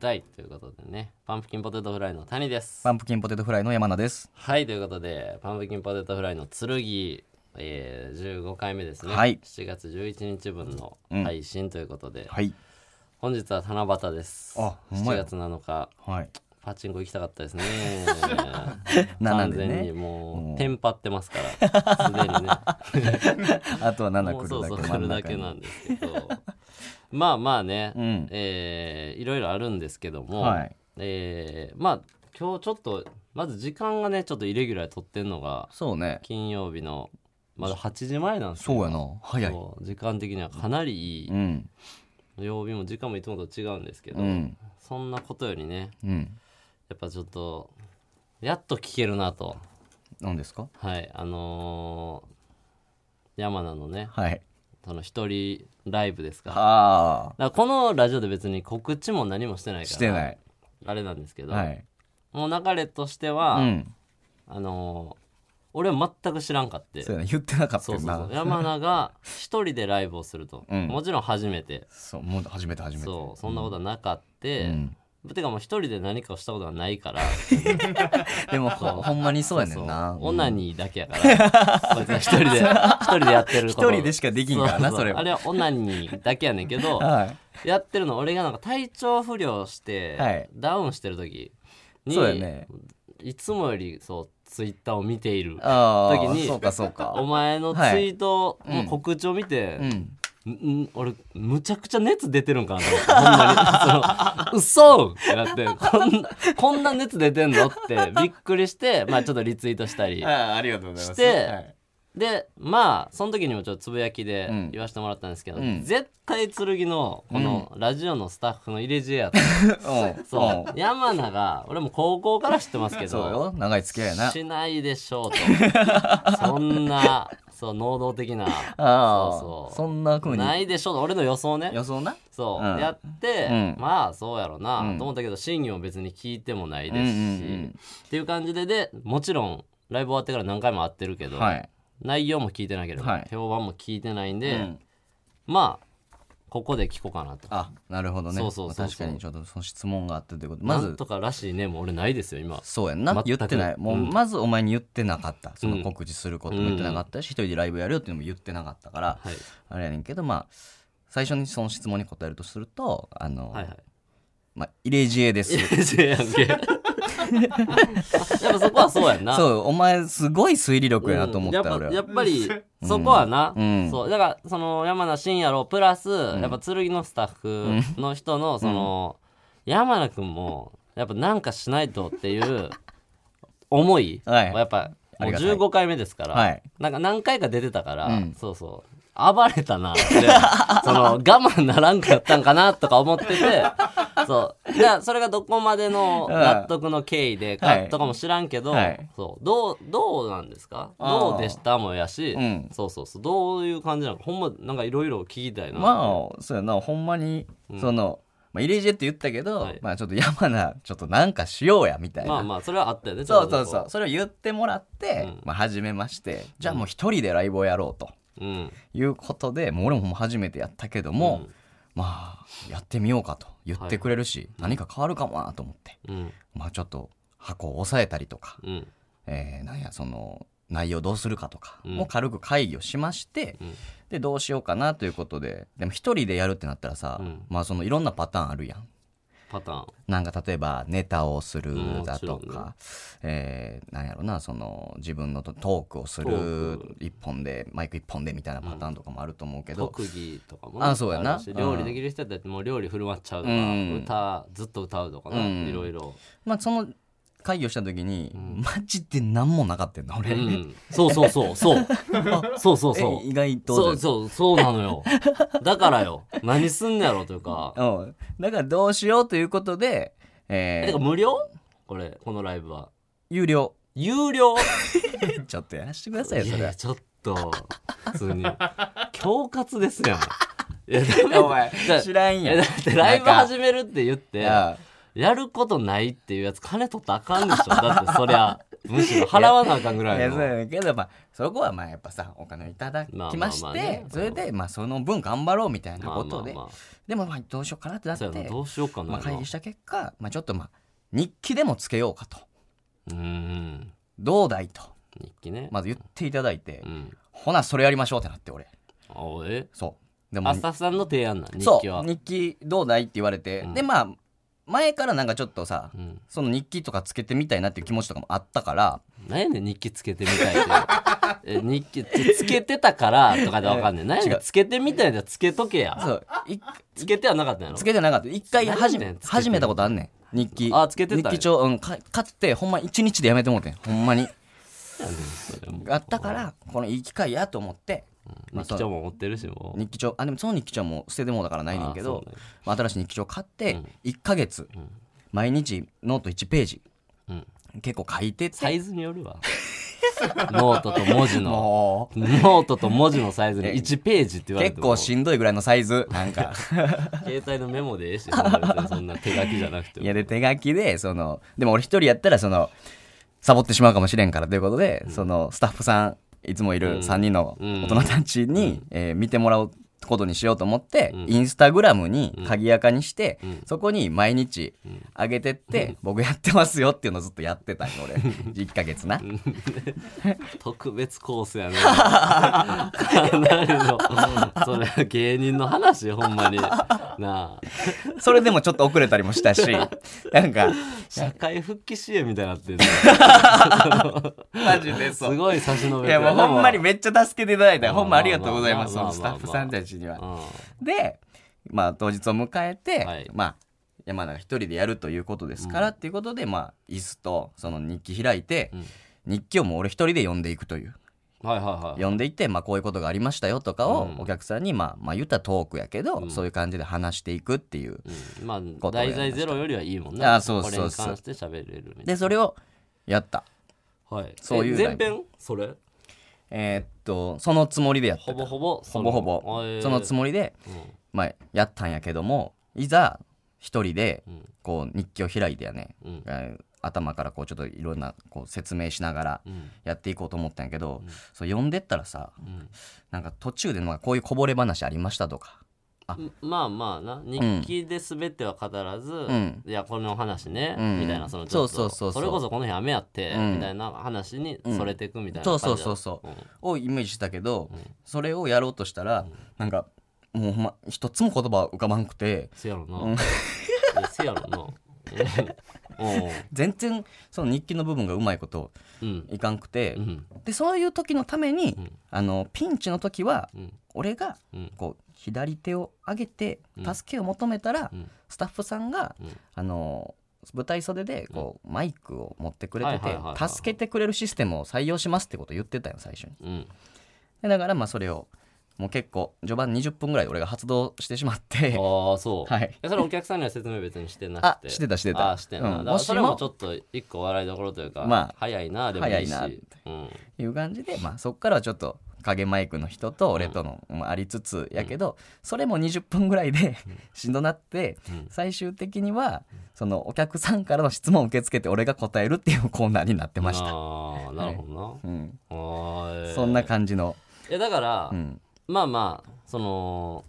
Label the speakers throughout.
Speaker 1: たいということでねパンプキンポテトフライの谷です
Speaker 2: パンプキンポテトフライの山名です。
Speaker 1: はいということでパンプキンポテトフライの剣、えー、15回目ですね、
Speaker 2: はい
Speaker 1: 7月11日分の
Speaker 2: うん
Speaker 1: 配信ということで、
Speaker 2: はい。
Speaker 1: 本日は七夕です
Speaker 2: あほんま
Speaker 1: 7
Speaker 2: や
Speaker 1: 月7日
Speaker 2: はい。
Speaker 1: パチンコ行きたかった ですね
Speaker 2: 7
Speaker 1: 完
Speaker 2: で
Speaker 1: 全に
Speaker 2: ね。
Speaker 1: も
Speaker 2: うん
Speaker 1: うテンパってますからすでにね
Speaker 2: あとは7
Speaker 1: も
Speaker 2: 来
Speaker 1: う
Speaker 2: る
Speaker 1: そうそう
Speaker 2: だ
Speaker 1: 来
Speaker 2: け真ん
Speaker 1: るだ
Speaker 2: 中
Speaker 1: け
Speaker 2: に。
Speaker 1: なんですけどまあまあね、
Speaker 2: うん
Speaker 1: えーいろいろあるんですけども、
Speaker 2: はい
Speaker 1: えーまあ今日ちょっとまず時間がねちょっとイレギュラーで撮ってんのが
Speaker 2: そうね。
Speaker 1: 金曜日のまだ8時前なんです
Speaker 2: そうやな。早い。
Speaker 1: そう時間的にはかなりいい、
Speaker 2: うん。
Speaker 1: 曜日も時間もいつもと違うんですけど、
Speaker 2: うん。
Speaker 1: そんなことよりね
Speaker 2: うん。
Speaker 1: やっぱちょっとやっと聞けるなと
Speaker 2: 何ですか
Speaker 1: はいあのー山名のね
Speaker 2: はい。
Speaker 1: その一人ライブですか
Speaker 2: あ
Speaker 1: だからこのラジオで別に告知も何もしてない
Speaker 2: あ。
Speaker 1: から
Speaker 2: してない。
Speaker 1: あれなんですけど、
Speaker 2: はい。
Speaker 1: もう流れとして
Speaker 2: う
Speaker 1: は、
Speaker 2: ん。
Speaker 1: あのー俺は全く知らんかって
Speaker 2: そうやな。言ってなかった
Speaker 1: そう
Speaker 2: よ
Speaker 1: そうそう
Speaker 2: な。
Speaker 1: 山名が一人でライブをすると、
Speaker 2: うん
Speaker 1: もちろん初めて
Speaker 2: そう、もう初めて初めて。
Speaker 1: そうそんなことはなかって、
Speaker 2: うん
Speaker 1: てかもう一人で何かをしたことはないから
Speaker 2: で も、ほほんまにそうやねんな
Speaker 1: そう。オナニーだけやから、こいつは一人 で一人でやってること
Speaker 2: 一人でしかできんからな
Speaker 1: うう
Speaker 2: それは
Speaker 1: あれはオナニーだけやねんけど
Speaker 2: は
Speaker 1: やってるの俺がなんか体調不良して、
Speaker 2: はい
Speaker 1: ダウンしてる時
Speaker 2: い。
Speaker 1: に
Speaker 2: そうやね。
Speaker 1: いつもよりそうツイッターを見ている
Speaker 2: ああ。
Speaker 1: 時に
Speaker 2: そうか、そう
Speaker 1: お
Speaker 2: か。
Speaker 1: 前のツイートの告知を見て、
Speaker 2: うん。
Speaker 1: んん俺むちゃくちゃ熱出てるんかなと思ってほんまにその嘘ってな ってこんなこんな熱出てんのってびっくりして、まあ、ちょっとリツイートしたり
Speaker 2: ああ、ありがとうございます。
Speaker 1: して
Speaker 2: はい
Speaker 1: でまあその時にもちょっとつぶやきで
Speaker 2: うん
Speaker 1: 言わせてもらったんですけど、
Speaker 2: うん
Speaker 1: 絶対剣のこのラジオのスタッフの入れ知恵やった、
Speaker 2: うん。
Speaker 1: そう
Speaker 2: う
Speaker 1: 山名が俺も高校から知ってますけ
Speaker 2: ん。そう
Speaker 1: ど
Speaker 2: よ。長い付き合いやな。
Speaker 1: しないでしょうとそんなそう能動的 な
Speaker 2: ああ。
Speaker 1: そうそう
Speaker 2: そんな風に。
Speaker 1: ないでしょうと俺の予想ね
Speaker 2: 予想な
Speaker 1: そう、
Speaker 2: うん
Speaker 1: やって、
Speaker 2: うん
Speaker 1: まあそうやろな、
Speaker 2: うん
Speaker 1: と思ったけど真偽も別に聞いてもないですし、
Speaker 2: うんうんうん
Speaker 1: っていう感じででもちろんライブ終わってから何回も会ってるけど、
Speaker 2: はい、
Speaker 1: 内容も聞いてなければ、
Speaker 2: はい
Speaker 1: 評判も聞いてないんで、
Speaker 2: うん
Speaker 1: まあここで聞こうかなと。
Speaker 2: あなるほどね
Speaker 1: そうそうそうそう
Speaker 2: まあ確かにちょっとその質問があったということま
Speaker 1: なん
Speaker 2: ず
Speaker 1: とからしいねもう俺ないですよ今
Speaker 2: そうやんな
Speaker 1: 全
Speaker 2: 言
Speaker 1: く
Speaker 2: ってないもう、
Speaker 1: うん
Speaker 2: まずお前に言ってなかったそうの
Speaker 1: ん
Speaker 2: 告知することも言ってなかったし、一人でライブやるよっていうのも言ってなかったから、
Speaker 1: はい
Speaker 2: あれやねんけどまあ最初にその質問に答えるとするとあの、
Speaker 1: はいはい
Speaker 2: まあ、イレジエです
Speaker 1: いやいやや んけやっぱそこはそうやんな
Speaker 2: そうお前すごい推理力やなと思った、
Speaker 1: うん
Speaker 2: 俺
Speaker 1: やっぱや
Speaker 2: は
Speaker 1: っぱりそこはな、
Speaker 2: うん
Speaker 1: そうだからその山名真也郎プラス、やっぱ剣のスタッフの人のその、山名君もやっぱなんかしないとっていう思いは
Speaker 2: はい
Speaker 1: やっぱ
Speaker 2: あ
Speaker 1: もう
Speaker 2: りがたい
Speaker 1: 15回目ですから、
Speaker 2: はい
Speaker 1: なんか何回か出てたから、
Speaker 2: うん
Speaker 1: そうそう暴れたな ってその我慢ならんかったんかなとか思ってて そうじゃあそれがどこまでの納得の経緯で
Speaker 2: は
Speaker 1: か
Speaker 2: い
Speaker 1: とかも知らんけど、
Speaker 2: はい
Speaker 1: そうどうどうなんですか
Speaker 2: あー
Speaker 1: どうでしたもやし、
Speaker 2: うん
Speaker 1: そうそうそうどういう感じなのかほんまなんかいろいろ聞きたいな、
Speaker 2: まあそうやなほんまに、その、まあ、イレジエって言ったけど、
Speaker 1: はい
Speaker 2: まあちょっと山名ちょっとなんかしようやみたいな、
Speaker 1: まあまあそれはあったよね
Speaker 2: そうそうそう
Speaker 1: う
Speaker 2: それを言ってもらって、
Speaker 1: うん
Speaker 2: まあ、初めましてじゃあもう一人でライブをやろうと
Speaker 1: そう、うん、
Speaker 2: いうことでもう俺も初めてやったけども、
Speaker 1: うん
Speaker 2: まあやってみようかと言ってくれるし、何か変わるかもなと思って、
Speaker 1: うん
Speaker 2: まあ、ちょっと箱を押さえたりとか、
Speaker 1: うん
Speaker 2: えーなんやその内容どうするかとか
Speaker 1: うん
Speaker 2: もう軽く会議をしまして、
Speaker 1: うん
Speaker 2: でどうしようかなということででも一人でやるってなったらさ、
Speaker 1: うん
Speaker 2: まあそのいろんなパターンあるやん。
Speaker 1: パターン
Speaker 2: なんか例えばネタをする
Speaker 1: うん
Speaker 2: だと
Speaker 1: もちろん
Speaker 2: か、えーなんやろなその自分のトトークをす
Speaker 1: ト
Speaker 2: る
Speaker 1: ー
Speaker 2: 一本でマイク一本でみたいなパターンとかもあると思うけど、
Speaker 1: 特技とかも
Speaker 2: あそうやな
Speaker 1: るし料理できる人だってもう料理振る舞っちゃうとか、
Speaker 2: うん
Speaker 1: 歌ずっと歌うとかな、
Speaker 2: うん
Speaker 1: いろいろ、
Speaker 2: まあ、その会議をした時に、マジで何もなかったんだ
Speaker 1: う
Speaker 2: 俺、
Speaker 1: ん、そうそうそうそうそうそうそう
Speaker 2: え意外と
Speaker 1: そうそうそうなのよだからよ何すんのやろというか
Speaker 2: うん、だからどうしようということで、
Speaker 1: え
Speaker 2: えー
Speaker 1: てか無料これこのライブは
Speaker 2: 有料
Speaker 1: 有料
Speaker 2: ちょっとやらしてくださいよそ
Speaker 1: い
Speaker 2: れ
Speaker 1: や
Speaker 2: はい
Speaker 1: やちょっと普通に恐喝ですやんいや
Speaker 2: やお前
Speaker 1: だ
Speaker 2: 知らん
Speaker 1: い
Speaker 2: や
Speaker 1: や
Speaker 2: ん
Speaker 1: だってライブ
Speaker 2: なんか
Speaker 1: 始めるって言って
Speaker 2: いや
Speaker 1: やることないっていうやつ金取ったらあかんでしょだってそりゃむしろ払わなあかんぐら
Speaker 2: い
Speaker 1: い
Speaker 2: や
Speaker 1: の
Speaker 2: そうやねんけど、まあ、そこはまあやっぱさお金をいただきまして、
Speaker 1: まあまあまあね
Speaker 2: それで、まあ、その分頑張ろうみたいな
Speaker 1: まあ
Speaker 2: こ
Speaker 1: ま
Speaker 2: と
Speaker 1: あ
Speaker 2: で、
Speaker 1: ま
Speaker 2: でもまあどうしようかなってな
Speaker 1: あ
Speaker 2: っ
Speaker 1: そうやな
Speaker 2: て
Speaker 1: どうしようかな
Speaker 2: まあ、会議し
Speaker 1: う
Speaker 2: た結果、まあ、ちょっとまあ日記でもつけようかと
Speaker 1: ーん
Speaker 2: どうだいと
Speaker 1: 日記ね
Speaker 2: まず言っていただいて、
Speaker 1: うん
Speaker 2: ほなそれやりましょうってなって俺
Speaker 1: あおえ
Speaker 2: そうで
Speaker 1: あスタッフさんの提案なん日
Speaker 2: そう
Speaker 1: 記は
Speaker 2: 日記どうだいって言われて、
Speaker 1: うん
Speaker 2: でまあ前からなんかちょっとさ
Speaker 1: うん
Speaker 2: その日記とかつけてみたいなっていう気持ちとかもあったから
Speaker 1: 何やねん日記つけてみたいって え日記つつけてたからとかでわかんねえ何やね
Speaker 2: 違
Speaker 1: ん
Speaker 2: う
Speaker 1: つけてみたいなつけとけや
Speaker 2: そうい
Speaker 1: つけてはなかったんやろ
Speaker 2: つけてなかった一回始
Speaker 1: 何
Speaker 2: め
Speaker 1: 年つけてんの
Speaker 2: 始めたことあんねん日記
Speaker 1: あつけてたんや
Speaker 2: 日記帳、うん、か買ってほんま一日でやめてもうてんほんまに
Speaker 1: 何やねんそれもう
Speaker 2: あったからこのいい機会やと思って、まあ
Speaker 1: 日記帳も持ってるしも
Speaker 2: そうの日記帳あでもその日記帳も捨ててもうだからないねんけ
Speaker 1: あ
Speaker 2: ど
Speaker 1: そうね
Speaker 2: まあ、新しい日記帳買って
Speaker 1: うん
Speaker 2: 1ヶ月、
Speaker 1: ん
Speaker 2: 毎日ノート1ページ
Speaker 1: うん
Speaker 2: 結構書いて
Speaker 1: サ
Speaker 2: て
Speaker 1: イズによるわノートと文字の
Speaker 2: もう
Speaker 1: ノートと文字のサイズに1ページって言われて
Speaker 2: 結
Speaker 1: も
Speaker 2: 構しんどいぐらいのサイズなんか
Speaker 1: 携帯のメモでええしそんな別にそんな手書きじゃなくて
Speaker 2: い
Speaker 1: も
Speaker 2: やで手書きでそのでも俺一人やったらそのサボってしまうかもしれんからということで、そのスタッフさんいつもいる3人の大人たちに、えー見てもらうことにしようと思って、インスタグラムに鍵やかにして、そこに毎日上げてって、僕やってますよっていうのをずっとやってたんよ 俺1ヶ月な
Speaker 1: 特別コースやねかなり のそれは芸人の話ほんまになあ
Speaker 2: それでもちょっと遅れたりもした しなんか
Speaker 1: 社会復帰支援みたいになってる
Speaker 2: マジで
Speaker 1: すごい差し伸べ
Speaker 2: い
Speaker 1: て
Speaker 2: やもうほんまに
Speaker 1: うん
Speaker 2: めっちゃ助けていただいたよ
Speaker 1: まあ
Speaker 2: ほんまありがとうございます
Speaker 1: ま
Speaker 2: そ
Speaker 1: あまあ
Speaker 2: のスタッフさんたちには
Speaker 1: は
Speaker 2: で、まあ、当日を迎えて、
Speaker 1: はい
Speaker 2: まあ山田が一人でやるということですから、っていうことで、まあ、椅子とその日記開いて、
Speaker 1: うん
Speaker 2: 日記をもう俺一人で読んでいくという
Speaker 1: いはいはい
Speaker 2: 読んでいって、まあ、こういうことがありましたよとかを
Speaker 1: うん
Speaker 2: お客さんに、まあまあ、言ったらトークやけど、
Speaker 1: ん
Speaker 2: そういう感じで話していくっていう
Speaker 1: うんま
Speaker 2: こ
Speaker 1: あ
Speaker 2: とをやり
Speaker 1: 題
Speaker 2: まし
Speaker 1: 材ゼ
Speaker 2: た
Speaker 1: ロよりはいいもんね
Speaker 2: あそうそうそう
Speaker 1: これに関して喋れるみたい
Speaker 2: でそれをやった
Speaker 1: なはい
Speaker 2: そういう
Speaker 1: え前編それ
Speaker 2: えーっとそのつもりでやってた
Speaker 1: ほぼほぼ
Speaker 2: ほぼほぼそのつもりで、まあ、やったんやけどもいざ一人で
Speaker 1: ん
Speaker 2: こう日記を開いてやね、
Speaker 1: うん
Speaker 2: えー頭からこうちょっといろんなこう説明しながら
Speaker 1: りうん
Speaker 2: やっていこうと思ったんやけど、そう読んでったらさ
Speaker 1: うん
Speaker 2: なんか途中でなんかこういうこぼれ話ありましたとか
Speaker 1: まあまあな日記で全ては語らず、
Speaker 2: ん
Speaker 1: いやこの話ね、
Speaker 2: うん
Speaker 1: みたいなそのちょっと
Speaker 2: そうそうそうそう
Speaker 1: それこそこの日雨やって、
Speaker 2: うん
Speaker 1: みたいな話にそれていくみたいな
Speaker 2: そう
Speaker 1: 感じだ、
Speaker 2: そうそうそう、をイメージしたけど、
Speaker 1: うん
Speaker 2: それをやろうとしたら、なんかもうほんま一つも言葉浮かばんくて
Speaker 1: せやろな、
Speaker 2: うん
Speaker 1: いやせやろなう
Speaker 2: 全然その日記の部分がうまいこと
Speaker 1: んうん
Speaker 2: いかんくて、
Speaker 1: うん
Speaker 2: でそういう時のために、
Speaker 1: ん
Speaker 2: あのピンチの時は
Speaker 1: うん
Speaker 2: 俺が
Speaker 1: うん
Speaker 2: こう左手を上げて
Speaker 1: うん
Speaker 2: 助けを求めたら、
Speaker 1: うん
Speaker 2: スタッフさんが、
Speaker 1: うん
Speaker 2: あの舞台袖でこう、マイクを持ってくれて
Speaker 1: はいはいはい
Speaker 2: て
Speaker 1: はい
Speaker 2: 助けてくれるシステムを採用しますってことを言ってたよ最初に
Speaker 1: うん
Speaker 2: でだからまあそれをもう結構序盤20分ぐらい俺が発動してしまって
Speaker 1: ああそう、
Speaker 2: はいい
Speaker 1: やそれお客さんには説明別にしてな
Speaker 2: あ
Speaker 1: くて
Speaker 2: してたしてた
Speaker 1: あしてんな、
Speaker 2: う
Speaker 1: だか
Speaker 2: ん
Speaker 1: ら
Speaker 2: もし
Speaker 1: それも
Speaker 2: も
Speaker 1: ちょっと一個笑いどころというか、
Speaker 2: まあ
Speaker 1: 早いなでもいいし
Speaker 2: 早いなって
Speaker 1: うん
Speaker 2: いう感じで、まあ、そっからはちょっと影マイクの人と俺との、まあ、ありつつやけど、それも20分ぐらいでしんどなって、
Speaker 1: うん
Speaker 2: 最終的にはそのお客さんからの質問を受け付けて俺が答えるっていうコーナーになってました、
Speaker 1: ああなるほどな、
Speaker 2: うん、
Speaker 1: はーい
Speaker 2: そんな感じの、
Speaker 1: いやだから、
Speaker 2: うん、
Speaker 1: まあまあその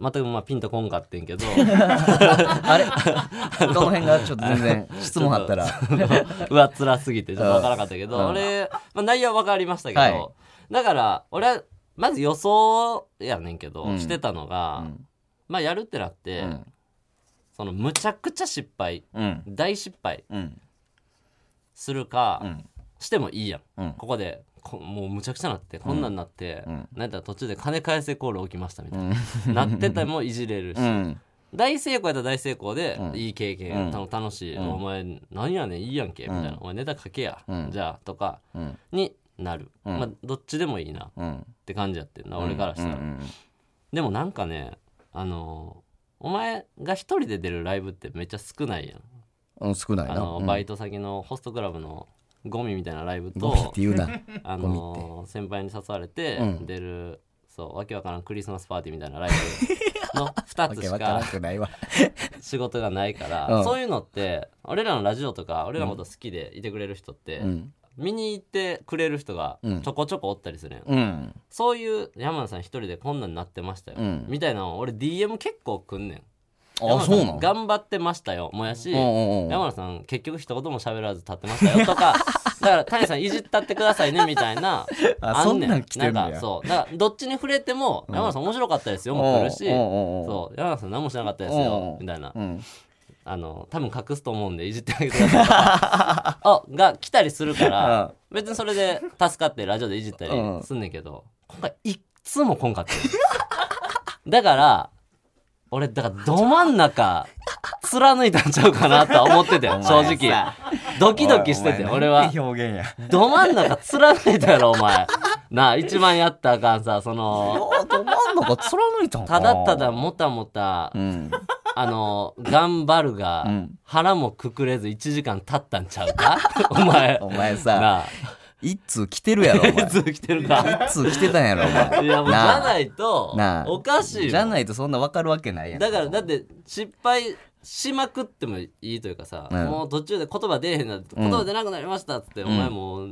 Speaker 1: 全くまあピンとこんかってんけ ど
Speaker 2: あれどの辺がちょっと全然質問 あったら
Speaker 1: 上っ面すぎてちょっと分からなかったけ
Speaker 2: うん
Speaker 1: ど俺、まあ、内容は分かりましたけど、
Speaker 2: はい
Speaker 1: だから俺はまず予想やねんけど、
Speaker 2: うん
Speaker 1: してたのが、
Speaker 2: うん
Speaker 1: まあやるってなって、
Speaker 2: うん
Speaker 1: そのむちゃくちゃ失敗
Speaker 2: うん
Speaker 1: 大失敗
Speaker 2: うん
Speaker 1: するか、
Speaker 2: うん
Speaker 1: してもいいやん、
Speaker 2: うん
Speaker 1: ここでこもうむちゃくちゃなってこんなんなって、
Speaker 2: うん
Speaker 1: なんだったら途中で金返せコール起きましたみたいな、なってたもいじれるし、
Speaker 2: うん
Speaker 1: 大成功やったら大成功で、
Speaker 2: うん
Speaker 1: いい経験、
Speaker 2: うん
Speaker 1: たの楽しい、
Speaker 2: うん
Speaker 1: お前何やねんいいやんけみたいな、
Speaker 2: うん
Speaker 1: お前ネタ書けや、
Speaker 2: うん
Speaker 1: じゃあとか
Speaker 2: うん
Speaker 1: になる、
Speaker 2: うん
Speaker 1: まあどっちでもいいなっ
Speaker 2: うん
Speaker 1: て感じやってんな、俺からしたら、
Speaker 2: うんうん
Speaker 1: でもなんかねあのーお前が一人で出るライブってめっちゃ少ないやん
Speaker 2: うん少ない
Speaker 1: あ
Speaker 2: な
Speaker 1: の、
Speaker 2: うん
Speaker 1: バイト先のホストクラブのゴミみたいなライブ
Speaker 2: ゴミっ
Speaker 1: と
Speaker 2: て言 うな
Speaker 1: あのー先輩に誘われて
Speaker 2: うん
Speaker 1: 出る、そうわけわからんクリスマスパーティーみたいなライ の2
Speaker 2: わ
Speaker 1: つ
Speaker 2: け
Speaker 1: し
Speaker 2: わからん
Speaker 1: か
Speaker 2: くないわ。
Speaker 1: 仕事がないか
Speaker 2: う
Speaker 1: ら
Speaker 2: ん
Speaker 1: そういうのって俺らのラジオとか俺らのこと好きでいてくれる人って
Speaker 2: うん。
Speaker 1: 見に行ってくれる人が
Speaker 2: うん
Speaker 1: ちょこちょこおったりするやん
Speaker 2: うん。
Speaker 1: そういう山田さん一人でこんなんなってましたよ
Speaker 2: うん
Speaker 1: みたいなのを俺 DM 結構くんねん
Speaker 2: あ、そうな
Speaker 1: 山田
Speaker 2: の
Speaker 1: さん頑張ってましたよもやし
Speaker 2: うんうんうん
Speaker 1: 山田さん結局一言も喋らず立ってましたよと かだから谷さんいじったってくださいねみたいな
Speaker 2: あそんなん来てんねや
Speaker 1: なんかそうだからどっちに触れても山田さん面白かったですよも来るし
Speaker 2: うんうんうん
Speaker 1: そう山田さん何もしなかったです
Speaker 2: うんう
Speaker 1: よ
Speaker 2: ん
Speaker 1: みたいな
Speaker 2: うん。
Speaker 1: あの多分隠すと思うんでいじってあげてくださいと かあが来たりするから別にそれで助かってラジオでいじったり
Speaker 2: うん
Speaker 1: すんねんけど今回いっつもこんかったよ だから俺だからど真ん中貫いたんちゃうかなとは思ってたよ正直ドキドキしてて
Speaker 2: お前
Speaker 1: 俺は
Speaker 2: なんて表現や。
Speaker 1: ど真ん中貫いたやろお前なあ一番やったらあかんさその
Speaker 2: あ、ど真ん中貫いたん
Speaker 1: た
Speaker 2: かな
Speaker 1: だただ。もたもた
Speaker 2: うん。
Speaker 1: あの、頑張るが、
Speaker 2: うん
Speaker 1: 腹もくくれず1時間経ったんちゃうかお前。
Speaker 2: お前さ、
Speaker 1: なあ、
Speaker 2: 一通来てるやろ、お前。
Speaker 1: ずっと来てるか。
Speaker 2: 一通来てたんやろ、お前。
Speaker 1: いや、もうじ
Speaker 2: なあ
Speaker 1: ゃないと
Speaker 2: な、あ
Speaker 1: おかしいもん
Speaker 2: じゃないとそんなわかるわけないやん
Speaker 1: だから、だって、失敗しまくってもいいというかさ、
Speaker 2: うん
Speaker 1: もう途中で言葉出えへんなって、言葉出なくなりましたっつって、お前もう、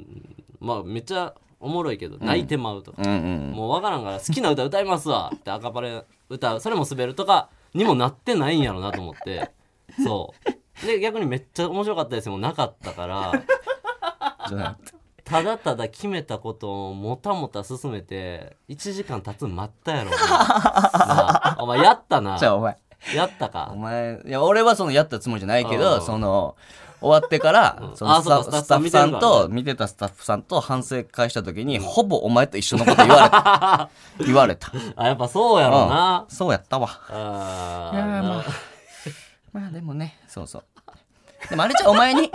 Speaker 1: まあ、めっちゃおもろいけど、泣いてまうとか。
Speaker 2: うんうん
Speaker 1: もうわからんから好きな歌歌いますわって赤パレ歌うそれも滑るとかにもなってないんやろなと思ってそうで逆にめっちゃ面白かったですよもうなかったから
Speaker 2: じゃなくて
Speaker 1: ただただ決めたことをもたもた進めて1時間経つの待った やろお前なあお前やったな
Speaker 2: じゃあお前
Speaker 1: やった
Speaker 2: お
Speaker 1: か
Speaker 2: 前いや俺はそのやったつもりじゃないけ
Speaker 1: う
Speaker 2: ど
Speaker 1: ん
Speaker 2: その終わってから
Speaker 1: ん
Speaker 2: その
Speaker 1: あ
Speaker 2: スタ
Speaker 1: そうか
Speaker 2: スタッフさ
Speaker 1: スタッフさん
Speaker 2: ん
Speaker 1: 見てるから
Speaker 2: と見てたスタッフさんと反省会した時にほぼお前と一緒のこと言われた言われた
Speaker 1: あやっぱそうやろな
Speaker 2: うんそうやったわ
Speaker 1: あ
Speaker 2: いや
Speaker 1: ー
Speaker 2: まあまあでもねそうそうでもあれじゃうお前に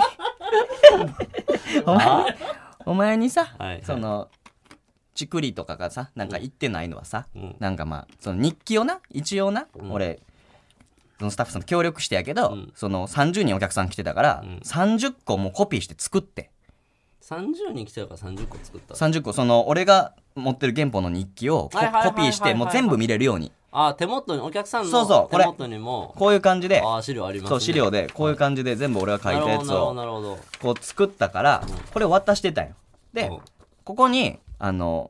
Speaker 2: お前お前にさ
Speaker 1: はいはい
Speaker 2: そのちくりとかがさなんか言ってないのはさ
Speaker 1: うん
Speaker 2: なんかまあその日記をな一応な俺そのスタッフさんと協力してやけど
Speaker 1: ん
Speaker 2: その30人お客さん来てたから
Speaker 1: うん
Speaker 2: 30個もうコピーして作って
Speaker 1: 30人来てるから30個作った
Speaker 2: 30個その俺が持ってる原本の日記をコ
Speaker 1: はいはいはいはいはい
Speaker 2: コピーしてもう全部見れるように
Speaker 1: あ手元にお客さん
Speaker 2: そうそ
Speaker 1: の
Speaker 2: うこ
Speaker 1: 手
Speaker 2: れ
Speaker 1: 元にも
Speaker 2: こういう感じで
Speaker 1: あー資料ありますね
Speaker 2: そう資料でこういう感じで全部俺が書いたやつ
Speaker 1: なるほど
Speaker 2: を
Speaker 1: なるほどなるほど
Speaker 2: こう作ったからこれ渡してたよで
Speaker 1: うん
Speaker 2: ここにあの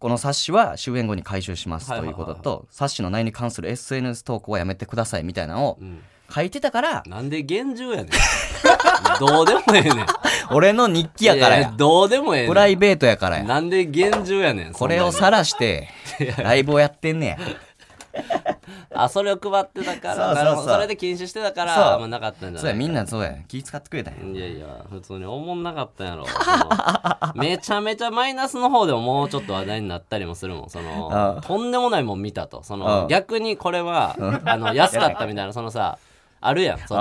Speaker 2: この冊子は終演後に回収します
Speaker 1: はい
Speaker 2: と
Speaker 1: はいいうはいはい
Speaker 2: ことと冊子の内容に関する SNS 投稿はやめてくださいみたいなのを
Speaker 1: うん
Speaker 2: 書いてたから
Speaker 1: なんで厳重 やねんどうでもええねん
Speaker 2: 俺の日記やから
Speaker 1: いい
Speaker 2: や
Speaker 1: どうでもええ
Speaker 2: プラ
Speaker 1: ね
Speaker 2: イベートやから
Speaker 1: ん
Speaker 2: や
Speaker 1: なんで厳重やねん
Speaker 2: これを
Speaker 1: そんな
Speaker 2: さらしてライブをやってんね
Speaker 1: のあそれを配ってたから
Speaker 2: そうそうそう
Speaker 1: なるほどそれで禁止してたから
Speaker 2: そう
Speaker 1: あんまなかったん
Speaker 2: や
Speaker 1: じゃ
Speaker 2: そう
Speaker 1: な
Speaker 2: や
Speaker 1: い
Speaker 2: みんなそうや気使ってくれたんや
Speaker 1: いやいや普通におもんなかったんやろその めちゃめちゃマイナスの方でももうちょっと話題になったりもするもんそ
Speaker 2: あ
Speaker 1: の
Speaker 2: あ
Speaker 1: とんでもないもん見たとそ
Speaker 2: ああ
Speaker 1: の逆にこれはあの安かったみたいなそのさあるやんそっち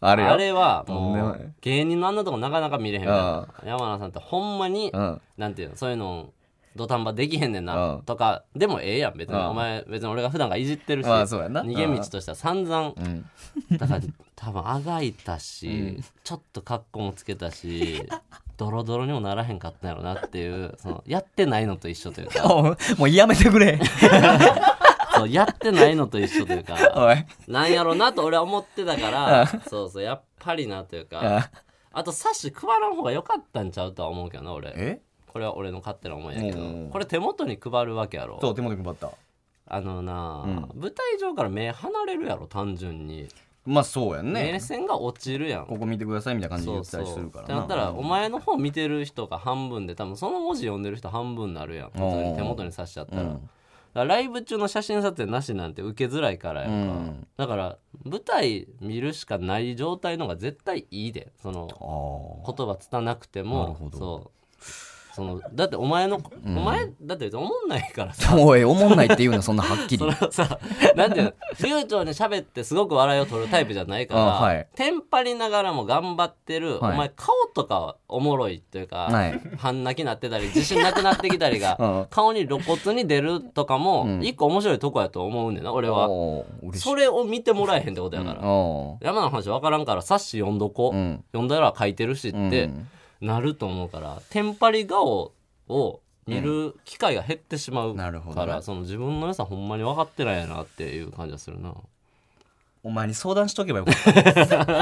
Speaker 2: あああるよ
Speaker 1: れは
Speaker 2: とんで
Speaker 1: も
Speaker 2: も
Speaker 1: う
Speaker 2: ない
Speaker 1: 芸人のあんなとこなかなか見れへんみたいな
Speaker 2: あ
Speaker 1: 山名さんってほんまに
Speaker 2: うん
Speaker 1: なんていうのそういうの土壇場できへんねん
Speaker 2: う
Speaker 1: なんとかでもええやん別に
Speaker 2: うん
Speaker 1: お前別に俺が普段からいじってるし
Speaker 2: まあそうやな
Speaker 1: 逃げ道としては散々
Speaker 2: うん
Speaker 1: だから多分あがいたし、ちょっと格好もつけたしドロドロにもならへんかったんやろなっていうそのやってないのと一緒というか
Speaker 2: おうもうやめてくれ
Speaker 1: そうやってないのと一緒というか
Speaker 2: おい
Speaker 1: なんやろなと俺は思ってたからそうそうやっぱりなというか
Speaker 2: あ
Speaker 1: あとサッシ配らん方が良かったんちゃうとは思うけどな俺
Speaker 2: え
Speaker 1: これは俺の勝手な思いやけ
Speaker 2: うん
Speaker 1: どこれ手元に配るわけやろ
Speaker 2: そう手元に配った
Speaker 1: あのなあ、舞台上から目離れるやろ単純に、
Speaker 2: まあそうやん
Speaker 1: 目
Speaker 2: ね
Speaker 1: 線が落ちるやん
Speaker 2: ここ見てくださいみたいな感じで
Speaker 1: そ
Speaker 2: 言
Speaker 1: う
Speaker 2: った
Speaker 1: そう
Speaker 2: りするから
Speaker 1: ってな
Speaker 2: な
Speaker 1: ったらお前の方見てる人が半分で多分その文字読んでる人半分になるやん普通に手元に差しちゃったら,、だからライブ中の写真撮影なしなんて受けづらいからやんか、
Speaker 2: うん
Speaker 1: だから舞台見るしかない状態の方が絶対いいでその
Speaker 2: あー
Speaker 1: 言葉つたなくて
Speaker 2: なる
Speaker 1: も
Speaker 2: ほど
Speaker 1: そうそのだってお前の、お前だって思んないからさ
Speaker 2: おい、おもんないって言うの、そんなはっきり。
Speaker 1: そのさ、なんていうの、流暢に喋ってすごく笑いを取るタイプじゃないから、
Speaker 2: あはい
Speaker 1: テンパりながらも頑張ってる、
Speaker 2: はい
Speaker 1: お前顔とかはおもろいというか、
Speaker 2: はい
Speaker 1: 半泣きなってたり、自信なくなってきたりが、
Speaker 2: うん
Speaker 1: 顔に露骨に出るとかも、一個面白いとこやと思うねんな、俺は。
Speaker 2: おー嬉しい。
Speaker 1: それを見てもらえへんってことやから。
Speaker 2: お
Speaker 1: 山の話分からんから、冊子読んどこ。
Speaker 2: ーうん。
Speaker 1: 読んだら書いてるしっ
Speaker 2: うん
Speaker 1: てなると思うから、テンパり顔を見る機会が減ってしまう
Speaker 2: なるほ
Speaker 1: か
Speaker 2: ど
Speaker 1: ら、
Speaker 2: ね
Speaker 1: その自分の良さほんまに分かってないやなっていう感じがするな。
Speaker 2: お前に相談しとけばよかった。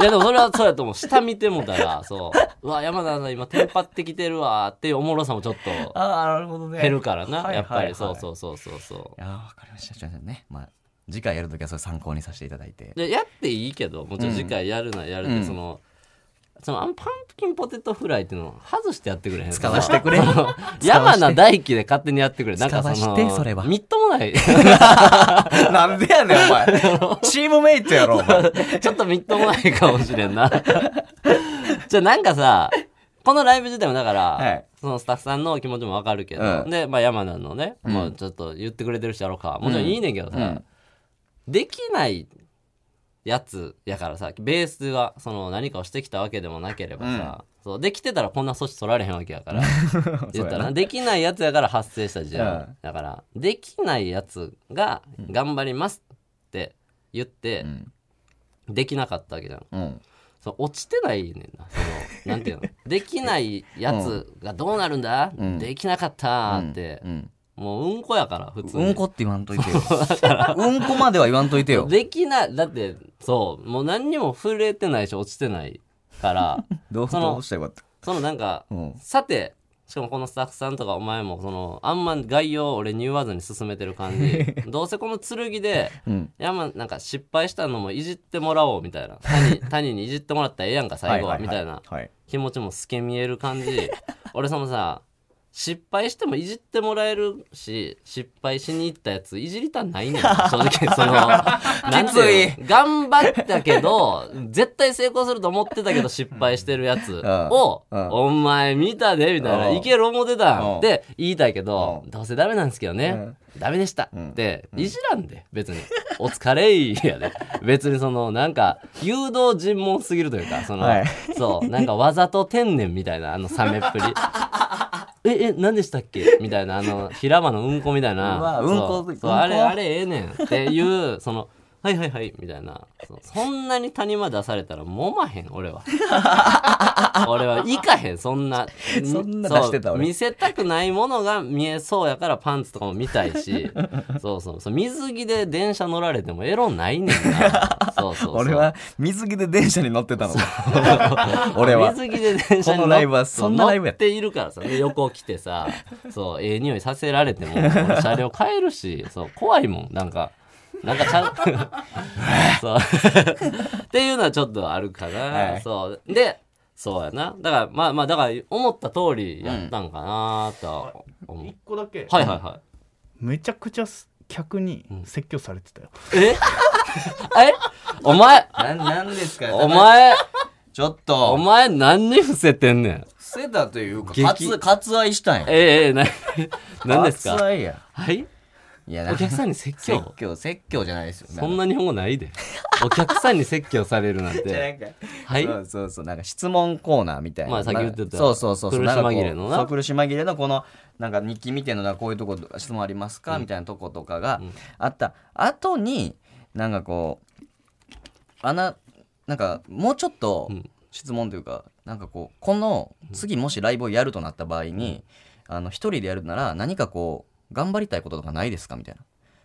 Speaker 1: いやでもそれはそうやと思う。下見てもたら、そう。うわ、山田さん今テンパってきてるわっていうおもろさもちょっと
Speaker 2: ああ、なるほどね
Speaker 1: 減るからな。
Speaker 2: はい
Speaker 1: やっぱり、
Speaker 2: はい
Speaker 1: そ
Speaker 2: は
Speaker 1: う
Speaker 2: い
Speaker 1: そうそうそうそう。
Speaker 2: いやーわかりました。じゃあね、まあ、次回やるときはそれ参考にさせていただいて。
Speaker 1: で、やっていいけど、もちろん次回やるならやるで、
Speaker 2: うん
Speaker 1: その、そのあのパンプキンポテトフライっていうのを外してやってくれへん
Speaker 2: 使わしてく れ
Speaker 1: その
Speaker 2: して
Speaker 1: 山名大輝で勝手にやってくれなんかその
Speaker 2: 使わしてそれは
Speaker 1: みっともない
Speaker 2: なんでやねん、お 前。チームメイトやろ、お 前。
Speaker 1: ちょっとみっともないかもしれんな。 じゃあなんかさ、このライブ自体もだから、
Speaker 2: はい
Speaker 1: そのスタッフさんの気持ちもわかるけど、
Speaker 2: うん
Speaker 1: で、まあ山名のね、
Speaker 2: うん
Speaker 1: もうちょっと言ってくれてる人やろうか。もちろんいいねんけどさ、
Speaker 2: うん
Speaker 1: できないやつやからさ、ベースがその何かをしてきたわけでもなければさ、そうできてたらこんな阻止取られへんわけや から言ったらなできないやつやから発生した事
Speaker 2: う
Speaker 1: 案
Speaker 2: ん
Speaker 1: だからできないやつが頑張りますって言って、
Speaker 2: ん
Speaker 1: できなかったわけじゃん
Speaker 2: うん。
Speaker 1: そう落ちてないねんなそ のなんていうのできないやつがどうなるんだ、
Speaker 2: うん
Speaker 1: できなかったって
Speaker 2: う、ん。
Speaker 1: もううんこやから普通
Speaker 2: う
Speaker 1: に、
Speaker 2: んこって言わんといてよ。うんこまでは言わんといてよ。
Speaker 1: できないだってそうもう何にも触れてないし落ちてないから
Speaker 2: どう
Speaker 1: その
Speaker 2: どうしたらよかっ
Speaker 1: そのなんか、
Speaker 2: た。うん。
Speaker 1: さてしかもこのスタッフさんとかお前もそのあんま概要を俺に言わずに進めてる感じ どうせこの剣で
Speaker 2: うん。
Speaker 1: いやまあなんか失敗したのもいじってもらおうみたいな谷谷にいじってもらったらええやんか最後はみたいな
Speaker 2: はい。
Speaker 1: 気持ちも透け見える感じ 俺そのさ失敗してもいじってもらえるし失敗しに行ったやついじりたないねん正直その なんていうの頑張ったけど絶対成功すると思ってたけど失敗してるやつを「
Speaker 2: うん
Speaker 1: お前見たで」みたいな「
Speaker 2: うん
Speaker 1: いける思ってた」
Speaker 2: うん
Speaker 1: って言いたいけど
Speaker 2: う
Speaker 1: どうせダメなんですけどねダメでした
Speaker 2: うん
Speaker 1: っていじらんで別に「お疲れい」やで別にそのなんか誘導尋問すぎるというかその
Speaker 2: はい
Speaker 1: そうなんかわざと天然みたいなあのサメっ ぷりええ何でしたっけみたいなあの平場のうんこみたいな
Speaker 2: うわ
Speaker 1: そう
Speaker 2: うんこ
Speaker 1: そう
Speaker 2: うんこ
Speaker 1: あれあれええねんっていうそのはいはいはいみたいなそうそんなに谷間出されたら揉まへん俺 は俺は行かへんそんな
Speaker 2: そんな
Speaker 1: そう
Speaker 2: 出してた俺
Speaker 1: 見せたくないものが見えそうやからパンツとかも見たい しそうそうそう水着で電車乗られてもエロないねんなそうそうそう
Speaker 2: 俺は水着で電車に乗ってたの。俺は。
Speaker 1: 水着で電車に乗っ
Speaker 2: このライブはそんなライブや
Speaker 1: 乗っているからさ、で横来て さ、そう、ええ匂いさせられても、俺車両変えるし、そう、怖いもん、なんか。なんかちゃ うそう。っていうのはちょっとあるかな。
Speaker 2: はい
Speaker 1: そう。で、そうやな。だから、まあまあ、だから、思った通りやったんかなとは思う。
Speaker 3: 一個だけ、
Speaker 1: はいはいは
Speaker 3: めちゃくちゃす客に説教されてたよ、
Speaker 1: い。ええお前、
Speaker 2: な、なんです か
Speaker 1: お。前、
Speaker 2: ちょっ
Speaker 1: お
Speaker 2: と、
Speaker 1: 前何に伏せてんねん。
Speaker 2: 伏せたというか、
Speaker 1: 激
Speaker 2: 割割愛したんや。
Speaker 1: ええええな、 何ですか
Speaker 2: 割愛や。
Speaker 1: はい
Speaker 2: いや、な
Speaker 1: お
Speaker 2: んか
Speaker 1: 客さんに説
Speaker 2: 説
Speaker 1: 教
Speaker 2: 教、説教じゃないですよ。
Speaker 1: そんな日本語ない でお客さんに説教されるなんて
Speaker 2: んか。
Speaker 1: はい
Speaker 2: そうそうそうなんか質問コーナーみたいな、
Speaker 1: まあさっき言ってた
Speaker 2: そうそうそうそう
Speaker 1: 苦し紛れのなん
Speaker 2: かこうそう苦し紛れのこのなんか日記みたいなのがこういうとこ質問ありますか、みたいなとことかがあった後になんかこうあななんかもうちょっと
Speaker 1: うん
Speaker 2: 質問というか、なんかこうこの次もしライブをやるとなった場合に、あの一人でやるなら何かこう頑張りたいこととかないですかみたいな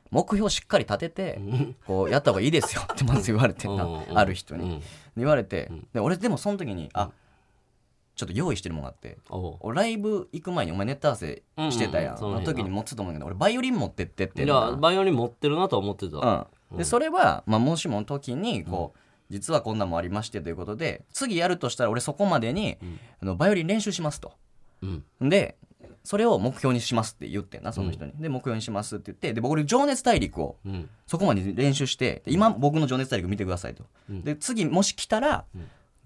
Speaker 2: 目標しっかり立てて、こうやった方がいいですよってまず言われてな、
Speaker 1: うんうん
Speaker 2: ある人に、
Speaker 1: うん
Speaker 2: 言われて、で俺でもその時にあちょっと用意してるものがあって
Speaker 1: おう
Speaker 2: 俺ライブ行く前にお前ネタ合わせしてたやん、
Speaker 1: うん
Speaker 2: そ
Speaker 1: うんうん
Speaker 2: の時に持ってたと思うけど俺バイオリン持ってってって
Speaker 1: いやバイオリン持ってるなとは思ってた
Speaker 2: うん、でそれは、まあ、もしもの時にこう、実はこんなんもありましてということで次やるとしたら俺そこまでに、あのバイオリン練習しますと
Speaker 1: うん
Speaker 2: でそれを目標にしますって言ってんなその人に、で目標にしますって言ってで僕俺情熱大陸を
Speaker 1: うん
Speaker 2: そこまで練習してで今僕の情熱大陸見てくださいと、
Speaker 1: うん
Speaker 2: で次もし来たら、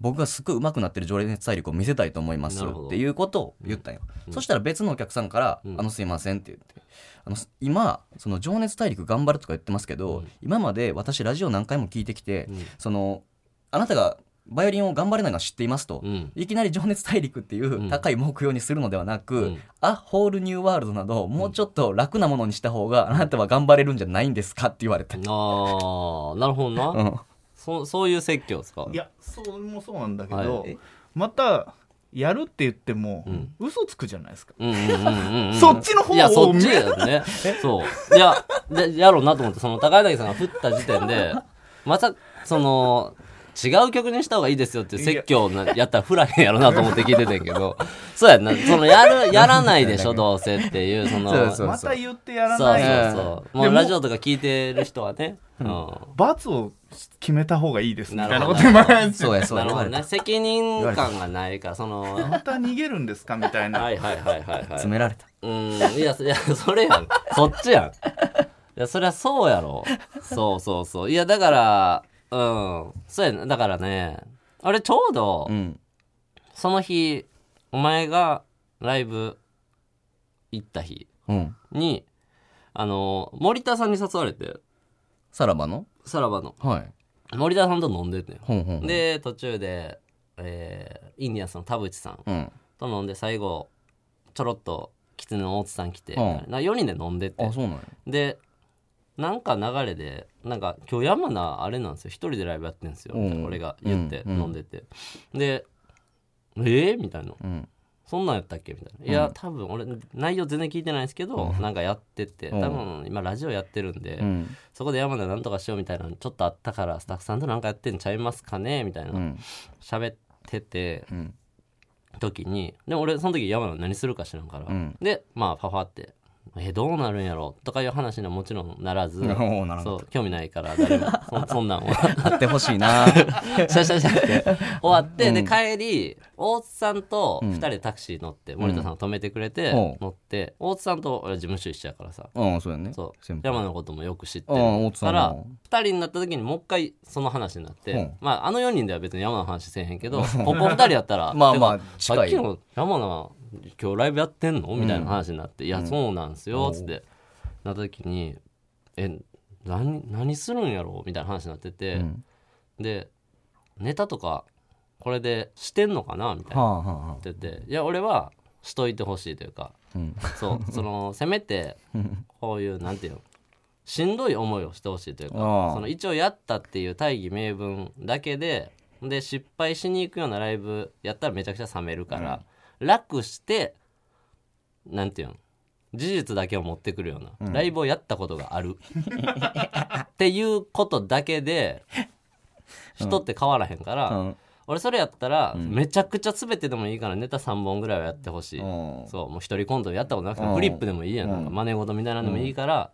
Speaker 2: 僕がすっごい上手くなってる情熱大陸を見せたいと思います
Speaker 1: なるほど
Speaker 2: っていうことを言ったんよ、そしたら別のお客さんから「
Speaker 1: ん
Speaker 2: あのすいません」って言って「あのす今その情熱大陸頑張る」とか言ってますけど、今まで私ラジオ何回も聞いてきて、そのあなたがバイオリンを頑張れないのは知っていますと、
Speaker 1: うん
Speaker 2: いきなり「情熱大陸」っていう高い目標にするのではなく「
Speaker 1: ん
Speaker 2: あホールニューワールド」などもうちょっと楽なものにした方があなたは頑張れるんじゃないんですかって言われた、
Speaker 1: ああなるほど
Speaker 2: う
Speaker 1: なんそそういう説教ですか
Speaker 3: いやそれもそうなんだけ
Speaker 1: は
Speaker 3: ど、またやるって言っても、
Speaker 1: うん
Speaker 3: 嘘つくじゃないですか。
Speaker 1: うんうんうんうん
Speaker 3: そっちの方を
Speaker 1: いやそっちだよねそういやでやろうなと思ってその高柳さんが振った時点でまさその違う曲にした方がいいですよっていう説教なやったら振らへんやろなと思って聞いててんけどそうやんなそのやるやらないでしょどうせっていうその
Speaker 2: そうそう
Speaker 3: また言ってやら
Speaker 1: そ
Speaker 3: な
Speaker 1: う
Speaker 3: い
Speaker 1: そう
Speaker 3: よ。
Speaker 1: そ
Speaker 3: うん
Speaker 1: うも
Speaker 3: で
Speaker 1: う
Speaker 3: も
Speaker 1: ラジオとか聞いてる人はね、うん
Speaker 3: 罰を決めた方がいいですみ
Speaker 1: な
Speaker 3: たいな
Speaker 1: るほ
Speaker 3: こ
Speaker 1: ど
Speaker 3: と言われて
Speaker 2: そうやそう
Speaker 1: な
Speaker 2: や
Speaker 1: る
Speaker 2: 言
Speaker 1: ほ
Speaker 2: わ
Speaker 1: ど
Speaker 2: れ
Speaker 1: ね
Speaker 2: た
Speaker 1: 責任感がないからそのは
Speaker 3: また逃げるんですかみたい
Speaker 1: い
Speaker 3: な。
Speaker 1: はいはいはいはい
Speaker 2: 詰められた
Speaker 1: うんいやそ いやそれやんそっちやんいやそりゃそうやろそうそうそういやだからうんそうやなだからねあれちょうど
Speaker 2: うん
Speaker 1: その日お前がライブ行った日
Speaker 2: うん
Speaker 1: にあの森田さんに誘われて
Speaker 2: さらばの
Speaker 1: さらばの
Speaker 2: はい
Speaker 1: 森田さんと飲んでてん
Speaker 2: ほんほんほん
Speaker 1: で途中で、えーインディアンスの田淵さん
Speaker 2: うん
Speaker 1: と飲んで最後ちょろっと狐の大津さん来て、
Speaker 2: うん
Speaker 1: な4人で飲んでて
Speaker 2: あそうなんや
Speaker 1: でなんか流れでなんか今日山名あれなんですよ一人でライブやってんですよ、
Speaker 2: うん
Speaker 1: 俺が言って
Speaker 2: うんうん
Speaker 1: 飲んでて、で「えーみたいな
Speaker 2: うん
Speaker 1: 「そんなんやったっけ?」みたいな「いうや
Speaker 2: ん
Speaker 1: 多分俺内容全然聞いてないんですけど、
Speaker 2: うん
Speaker 1: なんかやってて
Speaker 2: うん
Speaker 1: 多分今ラジオやってるんで、
Speaker 2: うん
Speaker 1: そこで山名なんとかしようみたいなのちょっとあったからスタッフさんとなんかやってんちゃいますかね?」みたいな
Speaker 2: うん
Speaker 1: 喋ってて
Speaker 2: うん
Speaker 1: 時にでも俺その時山名何するか知らんから、
Speaker 2: うん
Speaker 1: でまあパファって「えどうなるんやろ?」とかいう話にはもちろんならず。
Speaker 2: おおなる
Speaker 1: そ
Speaker 2: ほど
Speaker 1: う興味ないから誰 もそそんなんは
Speaker 2: あってほし いな
Speaker 1: シャシャシャって終わって、
Speaker 2: うん
Speaker 1: で帰り大津さんと
Speaker 2: うん
Speaker 1: 2人でタクシー乗って、森田さんが止めてくれて、
Speaker 2: ほう
Speaker 1: 乗って大津さんと俺事務所一緒やからさ
Speaker 2: うんそうやね
Speaker 1: そう
Speaker 2: 先輩
Speaker 1: 山のこともよく知って
Speaker 2: ああ大
Speaker 1: る
Speaker 2: 津さ
Speaker 1: か
Speaker 2: ん
Speaker 1: ら
Speaker 2: も
Speaker 1: 2人になった時にもう一回その話になって、
Speaker 2: ほう
Speaker 1: まああの4人では別に山の話せえへんけ どここ2人やったら
Speaker 2: まあまあ
Speaker 1: てかさ
Speaker 2: 近
Speaker 1: っ
Speaker 2: い
Speaker 1: きの山名今日ライブやってんのみたいな話になって「いやそうなんすよ」つってなった時に「え何何するんやろ?」みたいな話になってて、
Speaker 2: うん
Speaker 1: でネタとかこれでしてんのかなみたい
Speaker 2: は
Speaker 1: な
Speaker 2: あはあはあ
Speaker 1: 言ってていや俺はしといてほしいというか
Speaker 2: うん
Speaker 1: そうそのせめてこういうなんていうのしんどい思いをしてほしいというか
Speaker 2: ああ
Speaker 1: その一応やったっていう大義名分だけでで失敗しに行くようなライブやったらめちゃくちゃ冷めるから、楽してなんていうの事実だけを持ってくるような、ライブをやったことがあるっていうことだけで人って変わらへんから、
Speaker 2: うん
Speaker 1: 俺それやったら、めちゃくちゃ全てでもいいからネタ3本ぐらいはやってほしい、
Speaker 2: うん
Speaker 1: そうもう一人コントやったことなくて
Speaker 2: う
Speaker 1: も
Speaker 2: ん
Speaker 1: フリップでもいいやんなんか
Speaker 2: うん
Speaker 1: 真似事みたいなのでもいいから、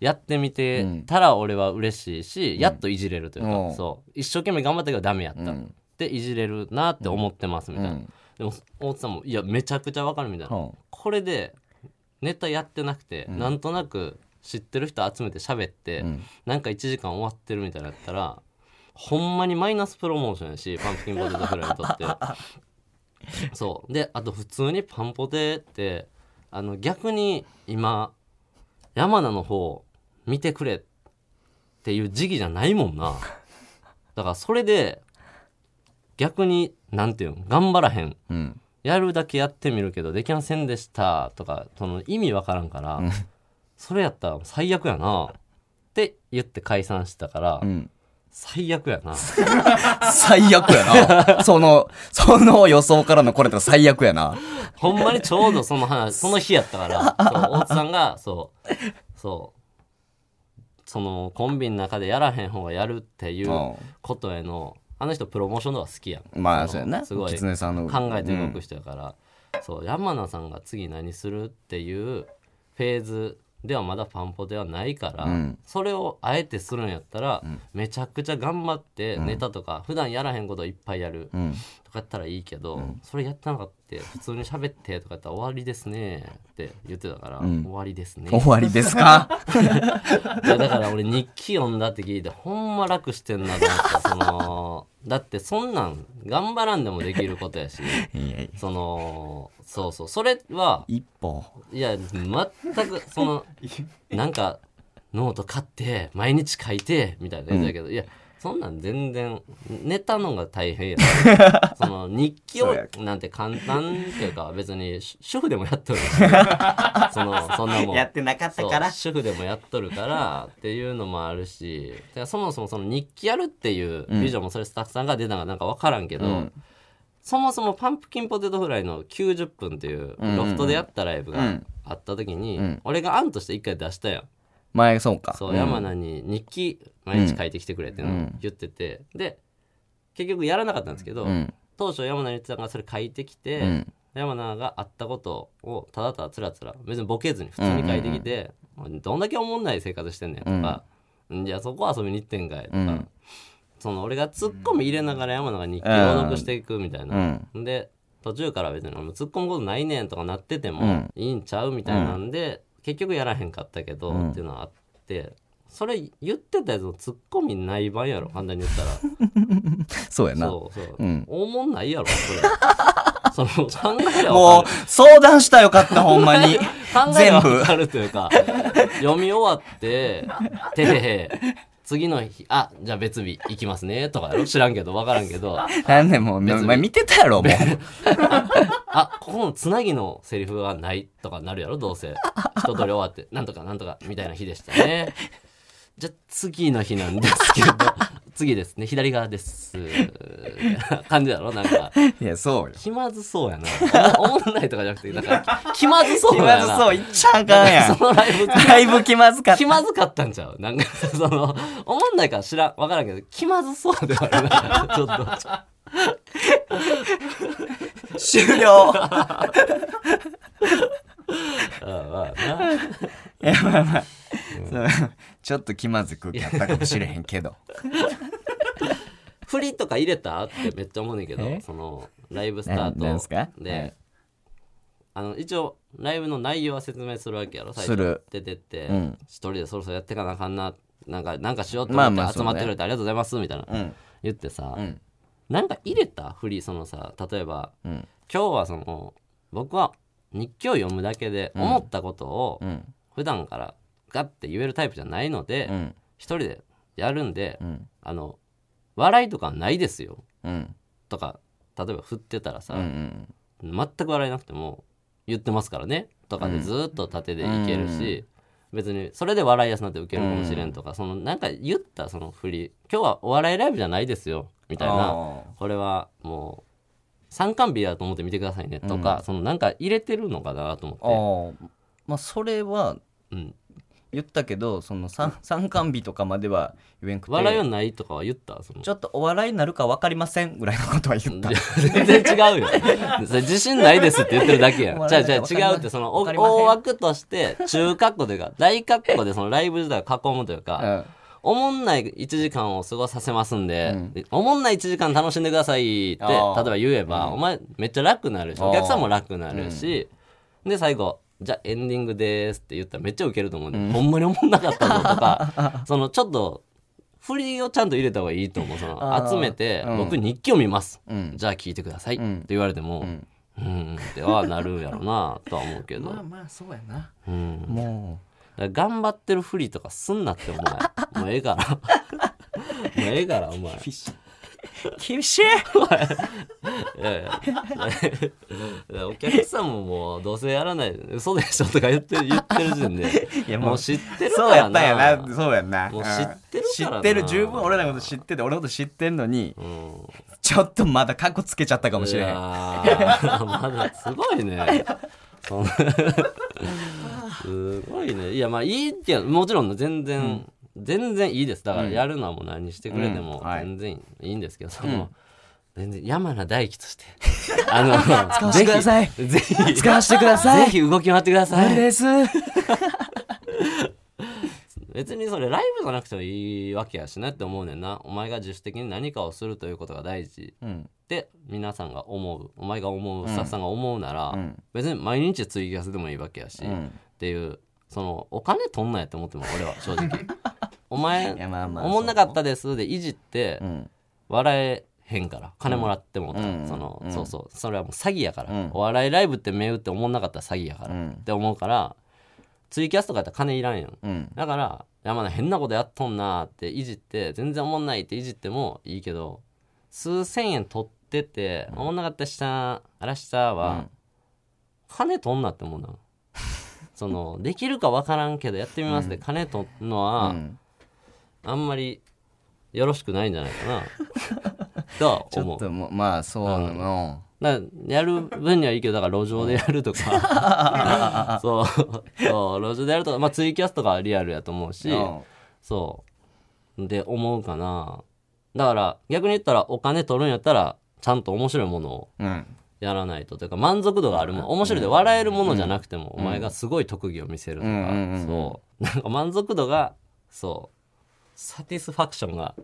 Speaker 1: やってみて
Speaker 2: うん
Speaker 1: たら俺は嬉しいし、やっといじれるというか、
Speaker 2: うん
Speaker 1: そう一生懸命頑張ったけどダメやった、
Speaker 2: うん
Speaker 1: でいじれるなって思ってますみたいな、
Speaker 2: うん
Speaker 1: でも大津さんも「いやめちゃくちゃわかる」みたいな、
Speaker 2: は
Speaker 1: これでネタやってなくて、なんとなく知ってる人集めて喋って、
Speaker 2: ん
Speaker 1: なんか1時間終わってるみたいなのやったらほんまにマイナスプロモーションやしパンプキンポテトフライにとってそうであと普通にパンポテってあの逆に今山名の方見てくれっていう時期じゃないもんなだからそれで逆になんていうん頑張らへん
Speaker 2: うん
Speaker 1: やるだけやってみるけどできませんでしたとかその意味わからんから、それやったら最悪やなって言って解散してたから、
Speaker 2: うん
Speaker 1: 最悪やな
Speaker 2: 最悪 やなそのその予想からのこれと最悪やな
Speaker 1: ほんまにちょうどその話その日やったからそう大津さんがそうそうそのコンビの中でやらへん方がやるっていうことへのあの人プロモーションとか好きやん
Speaker 2: まあ
Speaker 1: そ
Speaker 2: そう
Speaker 1: の
Speaker 2: やな
Speaker 1: すごい
Speaker 2: 狐さんの
Speaker 1: 考えて動く人やから、そう山名さんが次何するっていうフェーズではまだパンポではないから、
Speaker 2: うん
Speaker 1: それをあえてするんやったら、めちゃくちゃ頑張ってネタとか、普段やらへんことをいっぱいやる
Speaker 2: うん
Speaker 1: とかやったらいいけど、それやってなかった普通に喋ってとかやったら終わりですねって言ってたから、
Speaker 2: ん
Speaker 1: 終わりですね
Speaker 2: 終わりです か
Speaker 1: いやだから俺日記読んだって聞いてほんま楽してんなと思ったそのだってそんなん頑張らんでもできることやし
Speaker 2: いやいや
Speaker 1: そのそうそうそれは
Speaker 2: 一歩
Speaker 1: いや全くそのなんかノート買って毎日書いてみたいなやつだけど、いやそんなん全然ネタの方が大変やなその日記
Speaker 2: そ
Speaker 1: を
Speaker 2: うや
Speaker 1: なんて簡単っていうか別に主主婦でもやっとるしそのそんなもん
Speaker 4: やってなかった
Speaker 1: そう
Speaker 4: から
Speaker 1: 主婦でもやっとるからっていうのもあるしだからそもそもその日記やるっていうビジョンもそれスタッフさんが出たのかなんか分からんけど、そもそもパンプキンポテトフライの90分っていうロフトでやったライブがあった時に、
Speaker 2: うんうん
Speaker 1: 俺が案として一回出したやん。
Speaker 2: 前そうか
Speaker 1: そう、
Speaker 2: ん
Speaker 1: 山名に日記毎日書いてきてくれってのを言ってて、で結局やらなかったんですけど、
Speaker 2: うん
Speaker 1: 当初山名に言ってたのがそれ書いてきて、
Speaker 2: うん
Speaker 1: 山名があったことをただただつらつら別にボケずに普通に書いてきて、どんだけおもんない生活してんねんとか、じゃあそこ遊びに行ってんかいとか、
Speaker 2: うん
Speaker 1: その俺がツッコミ入れながら山名が日記を朗読していくみたいな、
Speaker 2: うん
Speaker 1: で途中から別に俺も突っ込むことないねんとかなってて
Speaker 2: う
Speaker 1: も
Speaker 2: ん
Speaker 1: いいんちゃうみたいなんで、結局やらへんかったけど、
Speaker 2: ん
Speaker 1: っていうのはあってそれ言ってたやつの突っ込みない版やろ簡単に言ったら
Speaker 2: そうやな
Speaker 1: そうそう、
Speaker 2: うん
Speaker 1: おもんないやろ それその考えれば
Speaker 2: も
Speaker 1: わ
Speaker 2: う
Speaker 1: かる
Speaker 2: 相談したらよかったほんま に
Speaker 1: 考えれば
Speaker 2: 全部
Speaker 1: わかるという か読み終わって「てへへ」次の日「あじゃあ別日行きますね」とかやろ知らんけど分からんけど
Speaker 2: 何年もお
Speaker 1: 別に
Speaker 2: 前見てたやろもう
Speaker 1: あ、ここのつなぎのセリフがないとかなるやろ、どうせ。一通り終わって、なんとかなんとかみたいな日でしたね。じゃあ次の日なんですけど、 次ですね、左側です。みたいな感じだろ、なんか。
Speaker 2: いやそうよ
Speaker 1: 気まずそうやな。おもおもんないとかじゃなくて、なんか、気まずそう
Speaker 2: 気
Speaker 1: や
Speaker 2: ま
Speaker 1: な。
Speaker 2: ずそういっちゃあかんや
Speaker 1: そのライブ、
Speaker 2: んだいぶ気まずかっ
Speaker 1: 気まずかったんちゃうなんか、 その、おもんないから知らん、わからんけど、気まずそうで はあるな。ちょった
Speaker 2: 終了
Speaker 1: と。うんまあない
Speaker 2: やまあまあ、そうちょっと気まずくやったかもしれへんけど
Speaker 1: 振りとか入れたってめっちゃ思うねんけど
Speaker 2: え
Speaker 1: そのライブスタ
Speaker 2: な
Speaker 1: ー
Speaker 2: なんす
Speaker 1: ト
Speaker 2: か
Speaker 1: で、
Speaker 2: はい
Speaker 1: あの一応ライブの内容は説明するわけやろ最
Speaker 2: する
Speaker 1: 初出てって、
Speaker 2: うん
Speaker 1: 一人でそろそろやってかなあかんななんかなんかしようと
Speaker 2: まあ
Speaker 1: 思
Speaker 2: まあ
Speaker 1: って集まってくれてありがとうございますみたいな、
Speaker 2: うん
Speaker 1: 言ってさ、
Speaker 2: うん
Speaker 1: なんか入れた振りそのさ例えば
Speaker 2: うん
Speaker 1: 今日はその僕は日記を読むだけで思ったことを
Speaker 2: うん
Speaker 1: 普段からガッて言えるタイプじゃないので、
Speaker 2: うん
Speaker 1: 一人でやるんで、
Speaker 2: うん
Speaker 1: あの笑いとかないですよ
Speaker 2: うん
Speaker 1: とか例えば振ってたらさ、
Speaker 2: うんうん
Speaker 1: 全く笑えなくても言ってますからねとかでずーっと縦でいけるし、別にそれで笑いやすなって受けるかもしれんとか、そのなんか言ったその振り今日はお笑いライブじゃないですよみたい
Speaker 2: あ
Speaker 1: な
Speaker 2: ー
Speaker 1: これはもう参観日だと思って見てくださいねとか、そのなんか入れてるのかなと
Speaker 2: あ
Speaker 1: 思
Speaker 2: ーまあそれは
Speaker 1: って、うん、
Speaker 2: 言ったけどその参参観日とかまでは言えんくて
Speaker 1: 笑いはないとかは言ったその
Speaker 2: ちょっとお笑いになるか分かりませんぐらいのことは言った
Speaker 1: いや全然 違うよ。それ自信ないですって言ってるだけやん。じゃ
Speaker 2: 笑
Speaker 1: あ
Speaker 2: い
Speaker 1: じゃ
Speaker 2: わかりま
Speaker 1: 違うって、そのお
Speaker 2: わかりません
Speaker 1: 大枠として、中括弧というか、大括弧でそのライブ自体を囲むというか、おもんない1時間を過ごさせますんで、
Speaker 2: うん
Speaker 1: でおもんない1時間楽しんでくださいって、例え
Speaker 2: あー
Speaker 1: ば言えば、お前めっちゃ楽になるし、
Speaker 2: あー
Speaker 1: お客さんも楽になるし、で、最後、じゃあエンディングですって言ったらめっちゃウケると思うんで、ほんまにおもんなかったぞと か、そのちょっと、振りをちゃんと入れた方がいいと思う。そ
Speaker 2: あ
Speaker 1: の
Speaker 2: ー
Speaker 1: 集めて、
Speaker 2: うん
Speaker 1: 僕日記を見ます。
Speaker 2: うん
Speaker 1: じゃあ聞いてくださいっ
Speaker 2: う
Speaker 1: て
Speaker 2: ん
Speaker 1: 言われても、うん
Speaker 2: ん、
Speaker 1: うんってはなるんやろなとは思うけど、
Speaker 2: まあそうやな
Speaker 1: うん、だか
Speaker 2: も
Speaker 1: ら頑張ってるふりとかすんなってお 前もうええから もうええからお前
Speaker 2: う厳しい厳しい
Speaker 1: いやいやいやお客さんももうどうせやらない嘘でしょとか言って言ってる時点で
Speaker 2: いや
Speaker 1: も
Speaker 2: も
Speaker 1: う
Speaker 2: う
Speaker 1: 知ってるか
Speaker 2: そうや
Speaker 1: ら
Speaker 2: ったんや
Speaker 1: な
Speaker 2: なそうやんな
Speaker 1: もう知ってる
Speaker 2: うん知
Speaker 1: からな
Speaker 2: ってる十分俺らのこと知ってて俺のこと知ってんのに
Speaker 1: うん
Speaker 2: ちょっとまだカッコつけちゃったかもしれへ
Speaker 1: いや
Speaker 2: ん
Speaker 1: ーまだすごいね。そんなすごいね。いやまあいいってもちろん全然、全然いいです。だからやるのはもう何してくれても
Speaker 2: うんはい
Speaker 1: 全然いいんですけど、その全然山名大輝として あ の
Speaker 2: わせてください
Speaker 1: ぜひぜひ
Speaker 2: 使わせてくださ
Speaker 1: ぜ
Speaker 2: い
Speaker 1: ひ動き回ってくださ
Speaker 2: 無理
Speaker 1: い。
Speaker 2: です
Speaker 1: 別にそれライブじゃなくてもいいわけやしなって思うねんな。お前が自主的に何かをするということが大事。
Speaker 2: うん
Speaker 1: って皆さんが思うお前が思うスタッフさんが思うなら、
Speaker 2: うん
Speaker 1: 別に毎日ツイキャスでもいいわけやし、
Speaker 2: う
Speaker 1: っ
Speaker 2: ん
Speaker 1: ていうそのお金取んなやって思っても俺は正 直お前
Speaker 2: いやまあまあ
Speaker 1: おもんなかったですでいじって
Speaker 2: うん
Speaker 1: 笑えへんから金もらってもうたら、
Speaker 2: うん
Speaker 1: その、
Speaker 2: うん
Speaker 1: そうそうそれはもう詐欺やから、
Speaker 2: うん
Speaker 1: お笑いライブって銘打っておもんなかったら詐欺やから、
Speaker 2: う
Speaker 1: っ
Speaker 2: ん
Speaker 1: て思うからツイキャスとかやったら金いらんやん
Speaker 2: うん
Speaker 1: だから山田変なことやっとんなーっていじって全然おもんないっていじってもいいけど数千円取ってて、おもんなかったしたあらしたは、
Speaker 2: うん
Speaker 1: 金取んなって思うな そのできるか分からんけどやってみますで、金取んのは、
Speaker 2: うん
Speaker 1: あんまりよろしくないんじゃないかなと
Speaker 2: ちょ
Speaker 1: 思
Speaker 2: っ
Speaker 1: う
Speaker 2: ともうまあそうなの、
Speaker 1: なやる分にはいいけどだから路上でやると かそうそう路上でやるとか、まあ、ツイキャスとかはリアルやと思うし
Speaker 2: うん
Speaker 1: そうで思うかなだから逆に言ったらお金取るんやったらちゃんと面白いものを
Speaker 2: うん、
Speaker 1: やらないとというか満足度があるもの面白いで笑えるものじゃなくても、お前がすごい特技を見せるとか、
Speaker 2: うんうんうんうん
Speaker 1: そうなんか満足度がそうサティスファクションが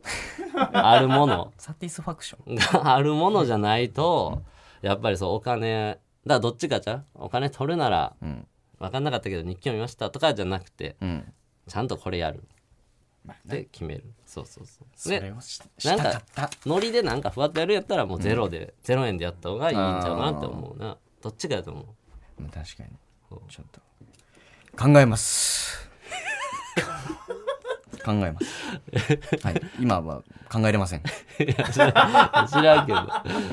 Speaker 1: あるもの
Speaker 2: サティスファクション
Speaker 1: が あるものじゃないとやっぱりそうお金だからどっちかじゃんお金取るなら
Speaker 2: うん
Speaker 1: 分かんなかったけど日記を見ましたとかじゃなくて
Speaker 2: うん
Speaker 1: ちゃんとこれやるで決めるそうそうそう
Speaker 2: それ
Speaker 1: で
Speaker 2: をし
Speaker 1: な
Speaker 2: し
Speaker 1: ん
Speaker 2: た
Speaker 1: か
Speaker 2: かった
Speaker 1: ノリでなんかふわっとやるんやったらもうゼロで、ゼロ円でやった方がいいんちゃうかなって思うなどっちかやと思う
Speaker 2: うん確かにちょっと考えます 考えます はい今は考えれません
Speaker 1: 知らんけど。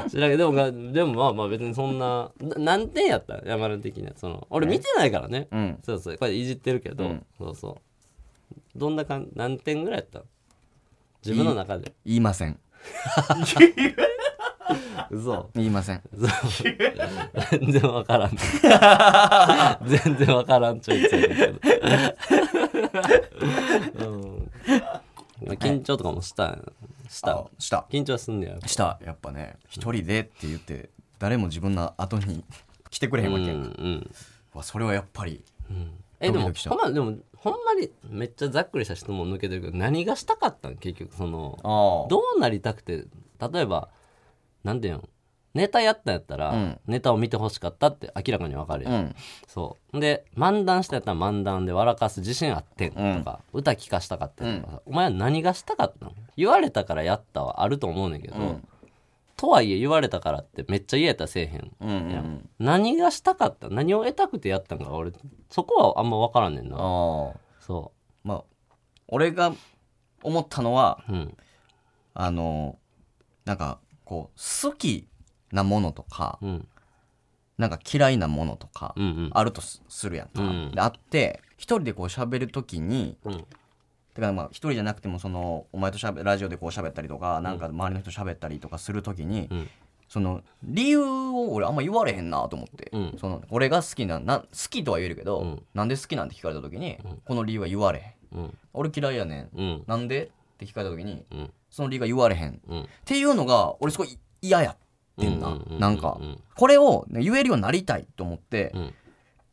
Speaker 1: 知らんけど、でもが、でもまあまあ別にそんな、な何点やったん山田的には。その、俺見てないからね。
Speaker 2: うん
Speaker 1: そうそう。これいじってるけど、
Speaker 2: うん
Speaker 1: そうそう。どんなかん、何点ぐらいやったん自分の中で。
Speaker 2: 言いません
Speaker 1: 嘘。
Speaker 2: 言いません
Speaker 1: 全然わからん。全然わからんちょいちょいだけど。うんまあ緊張とかもしたんした
Speaker 2: あ。した
Speaker 1: 緊張すんねや。
Speaker 2: したやっぱね一人でって言って誰も自分の後に来てくれへ
Speaker 1: うんん、う
Speaker 2: わけやんか、
Speaker 1: ん。
Speaker 2: わそれはやっぱり
Speaker 1: えで
Speaker 2: ドキ
Speaker 1: も
Speaker 2: ドキした
Speaker 1: ほんまでもほんまにめっちゃざっくりした質問抜けてるけど何がしたかったん結局その
Speaker 2: あ
Speaker 1: どうなりたくて例えばなんていうのネタやったんやったら、
Speaker 2: うん
Speaker 1: ネタを見てほしかったって明らかに分かるや、
Speaker 2: うんん
Speaker 1: そうで漫談したんやったら漫談で笑かす自信あってんとか、歌聞かしたかったとかさ、お前は何がしたかったの言われたからやったはあると思うねんけど、
Speaker 2: ん
Speaker 1: とはいえ言われたからってめっちゃ言えたらせえへん
Speaker 2: うんうんう
Speaker 1: やん
Speaker 2: ん
Speaker 1: 何がしたかった何を得たくてやったんか俺そこはあんま分からんねんな
Speaker 2: ああ
Speaker 1: そ
Speaker 2: まあ俺が思ったのは
Speaker 1: う。うん。
Speaker 2: あのなんかこう好きなものとか
Speaker 1: うん。
Speaker 2: なんか嫌いなものとか
Speaker 1: うん。うん。
Speaker 2: あるとすするやんか、
Speaker 1: うん
Speaker 2: であって一人でこう喋る時に
Speaker 1: うん。
Speaker 2: てかまあ一人じゃなくてもそのお前としゃべラジオでこう喋ったりとかなんか周りの人と喋ったりとかする時に、
Speaker 1: うん
Speaker 2: その理由を俺あんま言われへんなと思って、
Speaker 1: うん
Speaker 2: その俺が好きなな好きとは言えるけど、
Speaker 1: うん
Speaker 2: なんで好きなんて聞かれた時に、この理由は言われへん
Speaker 1: うん。
Speaker 2: 俺嫌いやねん
Speaker 1: うん。
Speaker 2: なんでって聞かれた時に
Speaker 1: うん。
Speaker 2: その理由が言われへん
Speaker 1: うん。
Speaker 2: っていうのが俺すごい嫌やってんな、
Speaker 1: うんうんうんうん
Speaker 2: なんかこれをね、言えるようになりたいと思って、
Speaker 1: うん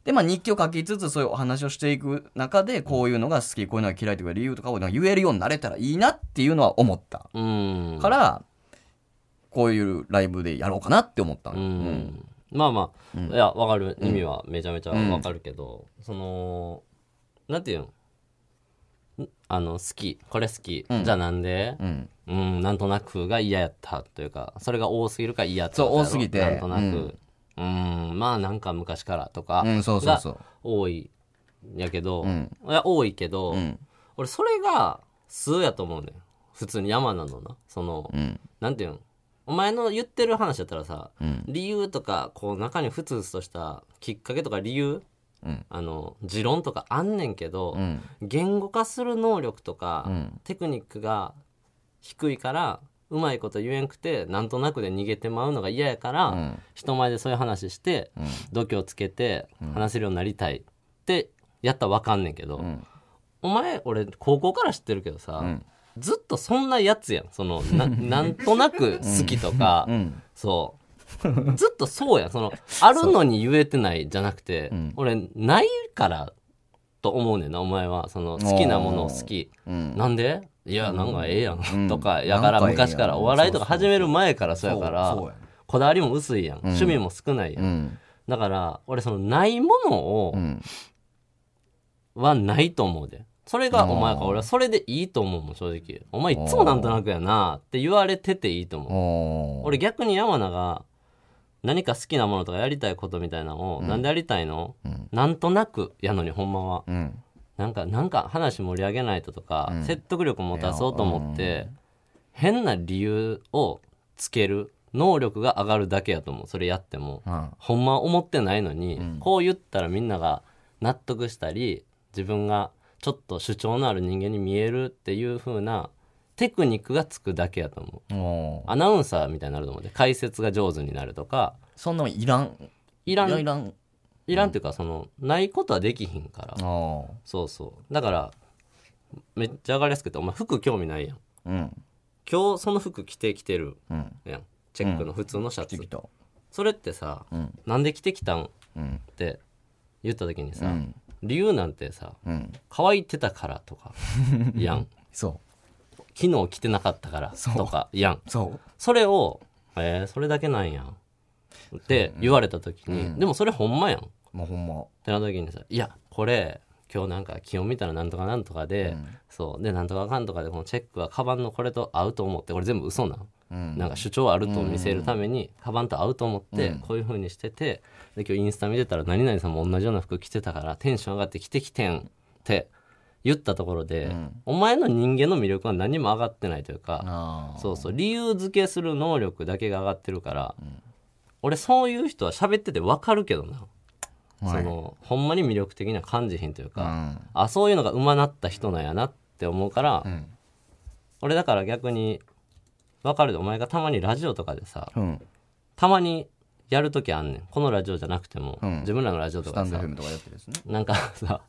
Speaker 2: でまあ日記を書きつつそういうお話をしていく中でこういうのが好きこういうのが嫌いとか理由とかをなんか言えるようになれたらいいなっていうのは思った
Speaker 1: うん。
Speaker 2: か。ら、こういうライブでやろうかなって思った
Speaker 1: う
Speaker 2: の、うん
Speaker 1: ん。まあまあ、いや、わかる。意味はめちゃめちゃわかるけど、その、なんていうのんあの、好き。これ好き。じゃあなんで
Speaker 2: うん
Speaker 1: うん、なんとなくが嫌やったというか、それが多すぎるから嫌やった
Speaker 2: そう多すぎて
Speaker 1: なんとなく。うん、まあなんか昔からとか
Speaker 2: う、んそうそうそう
Speaker 1: 多いんやけど、
Speaker 2: うん
Speaker 1: いや、多いけど、
Speaker 2: うん
Speaker 1: 俺それが数やと思うねん普通に山なのなその、
Speaker 2: うん
Speaker 1: なんていうのお前の言ってる話やったらさ、
Speaker 2: うん
Speaker 1: 理由とかこう中にふつふつとしたきっかけとか理由、
Speaker 2: うん
Speaker 1: あの持論とかあんねんけど、
Speaker 2: うん
Speaker 1: 言語化する能力とか、
Speaker 2: うん
Speaker 1: テクニックが低いからうまいこと言えんくてなんとなくで逃げてまうのが嫌やから、
Speaker 2: うん
Speaker 1: 人前でそういう話して、
Speaker 2: ん
Speaker 1: 度胸つけて話せるようになりたいってやったらわかんねんけど、
Speaker 2: ん
Speaker 1: お前俺高校から知ってるけどさ、
Speaker 2: ん
Speaker 1: ずっとそんなやつやんその ななんとなく好きとか、
Speaker 2: うん
Speaker 1: そうずっとそうやんそのあるのに言えてないじゃなくて、
Speaker 2: うん
Speaker 1: 俺ないからと思うねんなお前はその好きなものを好き
Speaker 2: うん
Speaker 1: なんでいやなんかええやん、
Speaker 2: ん
Speaker 1: とかやから
Speaker 2: なんかええやん
Speaker 1: 昔からお笑いとか始める前からそうや
Speaker 2: そう
Speaker 1: から
Speaker 2: そうやね
Speaker 1: こだわりも薄いやん、趣味も少ないやん、
Speaker 2: うん
Speaker 1: だから俺そのないものを、
Speaker 2: うん
Speaker 1: はないと思うで。それがお前か、俺はそれでいいと思うもん、正直。お前いつもなんとなくやなって言われてていいと思う。
Speaker 2: おー
Speaker 1: 俺逆に山名が何か好きなものとかやりたいことみたいなのを、なんでやりたいの、
Speaker 2: うん
Speaker 1: なんとなくやのにほんまは。
Speaker 2: うん
Speaker 1: なんか、なんか話盛り上げないととか、
Speaker 2: うん
Speaker 1: 説得力持たそうと思って、変な理由をつける能力が上がるだけやと思う。それやっても。
Speaker 2: うん
Speaker 1: ほんま思ってないのに、
Speaker 2: ん
Speaker 1: こう言ったらみんなが納得したり自分がちょっと主張のある人間に見えるっていう風なテクニックがつくだけやと思う
Speaker 2: もう
Speaker 1: アナウンサーみたいになると思うで解説が上手になるとか
Speaker 2: そんなもんいらん
Speaker 1: いらん
Speaker 2: いらん
Speaker 1: いらんっていうかそのないことはできひんから
Speaker 2: あ
Speaker 1: そうそうだからめっちゃ上がりやすくてお前服興味ないやん
Speaker 2: あうん
Speaker 1: 今日その服着てきてる
Speaker 2: うん
Speaker 1: やんチェックの普通のシャツ、
Speaker 2: きっと
Speaker 1: それってさ、
Speaker 2: うん
Speaker 1: なんで着てきたんっ
Speaker 2: うん
Speaker 1: て言った時に
Speaker 2: う
Speaker 1: さ、
Speaker 2: ん
Speaker 1: 理由なんてさ
Speaker 2: うん
Speaker 1: 乾いてたからと かやん
Speaker 2: そ
Speaker 1: 昨日着てなかったから
Speaker 2: そう
Speaker 1: とかやん
Speaker 2: うそう
Speaker 1: それを「えー、それだけなんや」って言われた時に、
Speaker 2: うん
Speaker 1: でもそれほんまやんっ
Speaker 2: もうほんま
Speaker 1: てなった時にさ「いやこれ今日なんか気温見たらなんとかなんとかで、
Speaker 2: うん
Speaker 1: そうでなんとかかんとかでこのチェックはカバンのこれと合うと思ってこれ全部嘘なん
Speaker 2: うん
Speaker 1: なんか主張あると見せるために、カバンと合うと思って
Speaker 2: うん
Speaker 1: こういう風にしてて、で今日インスタ見てたら何々さんも同じような服着てたからテンション上がって着てきてんって言ったところで、
Speaker 2: うん
Speaker 1: お前の人間の魅力は何も上がってないというか、
Speaker 2: ああ
Speaker 1: そうそう理由付けする能力だけが上がってるから、俺そういう人は喋ってて分かるけどな、
Speaker 2: はい
Speaker 1: そのほんまに魅力的な感じひんという
Speaker 2: う
Speaker 1: か、
Speaker 2: ん
Speaker 1: あそういうのがうまなった人なんやなって思うから、
Speaker 2: うん
Speaker 1: 俺だから逆に分かるでお前がたまにラジオとかでさ
Speaker 2: うん
Speaker 1: たまにやる時あんねんこのラジオじゃなくても、
Speaker 2: うん
Speaker 1: 自分らのラジオと
Speaker 2: スタ
Speaker 1: かで
Speaker 2: ンド
Speaker 1: さ
Speaker 2: FM とかやってるですね
Speaker 1: なんかさ、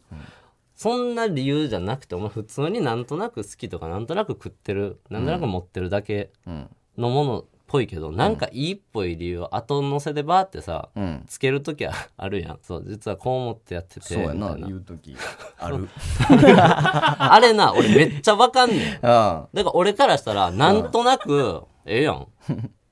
Speaker 1: そんな理由じゃなくてお前普通になんとなく好きとかなんとなく食ってるなんとなく持ってるだけ
Speaker 2: うん
Speaker 1: のものっぽいけど、なんかいいっぽい理由を後乗せでバーってさ
Speaker 2: うん
Speaker 1: つける時はあるやんそう実はこう思ってやってて
Speaker 2: そうや
Speaker 1: み
Speaker 2: な
Speaker 1: たいな
Speaker 2: 言う時ある
Speaker 1: ああれな俺めっちゃわかんねん
Speaker 2: あ
Speaker 1: だから俺からしたらなんとなくええや ん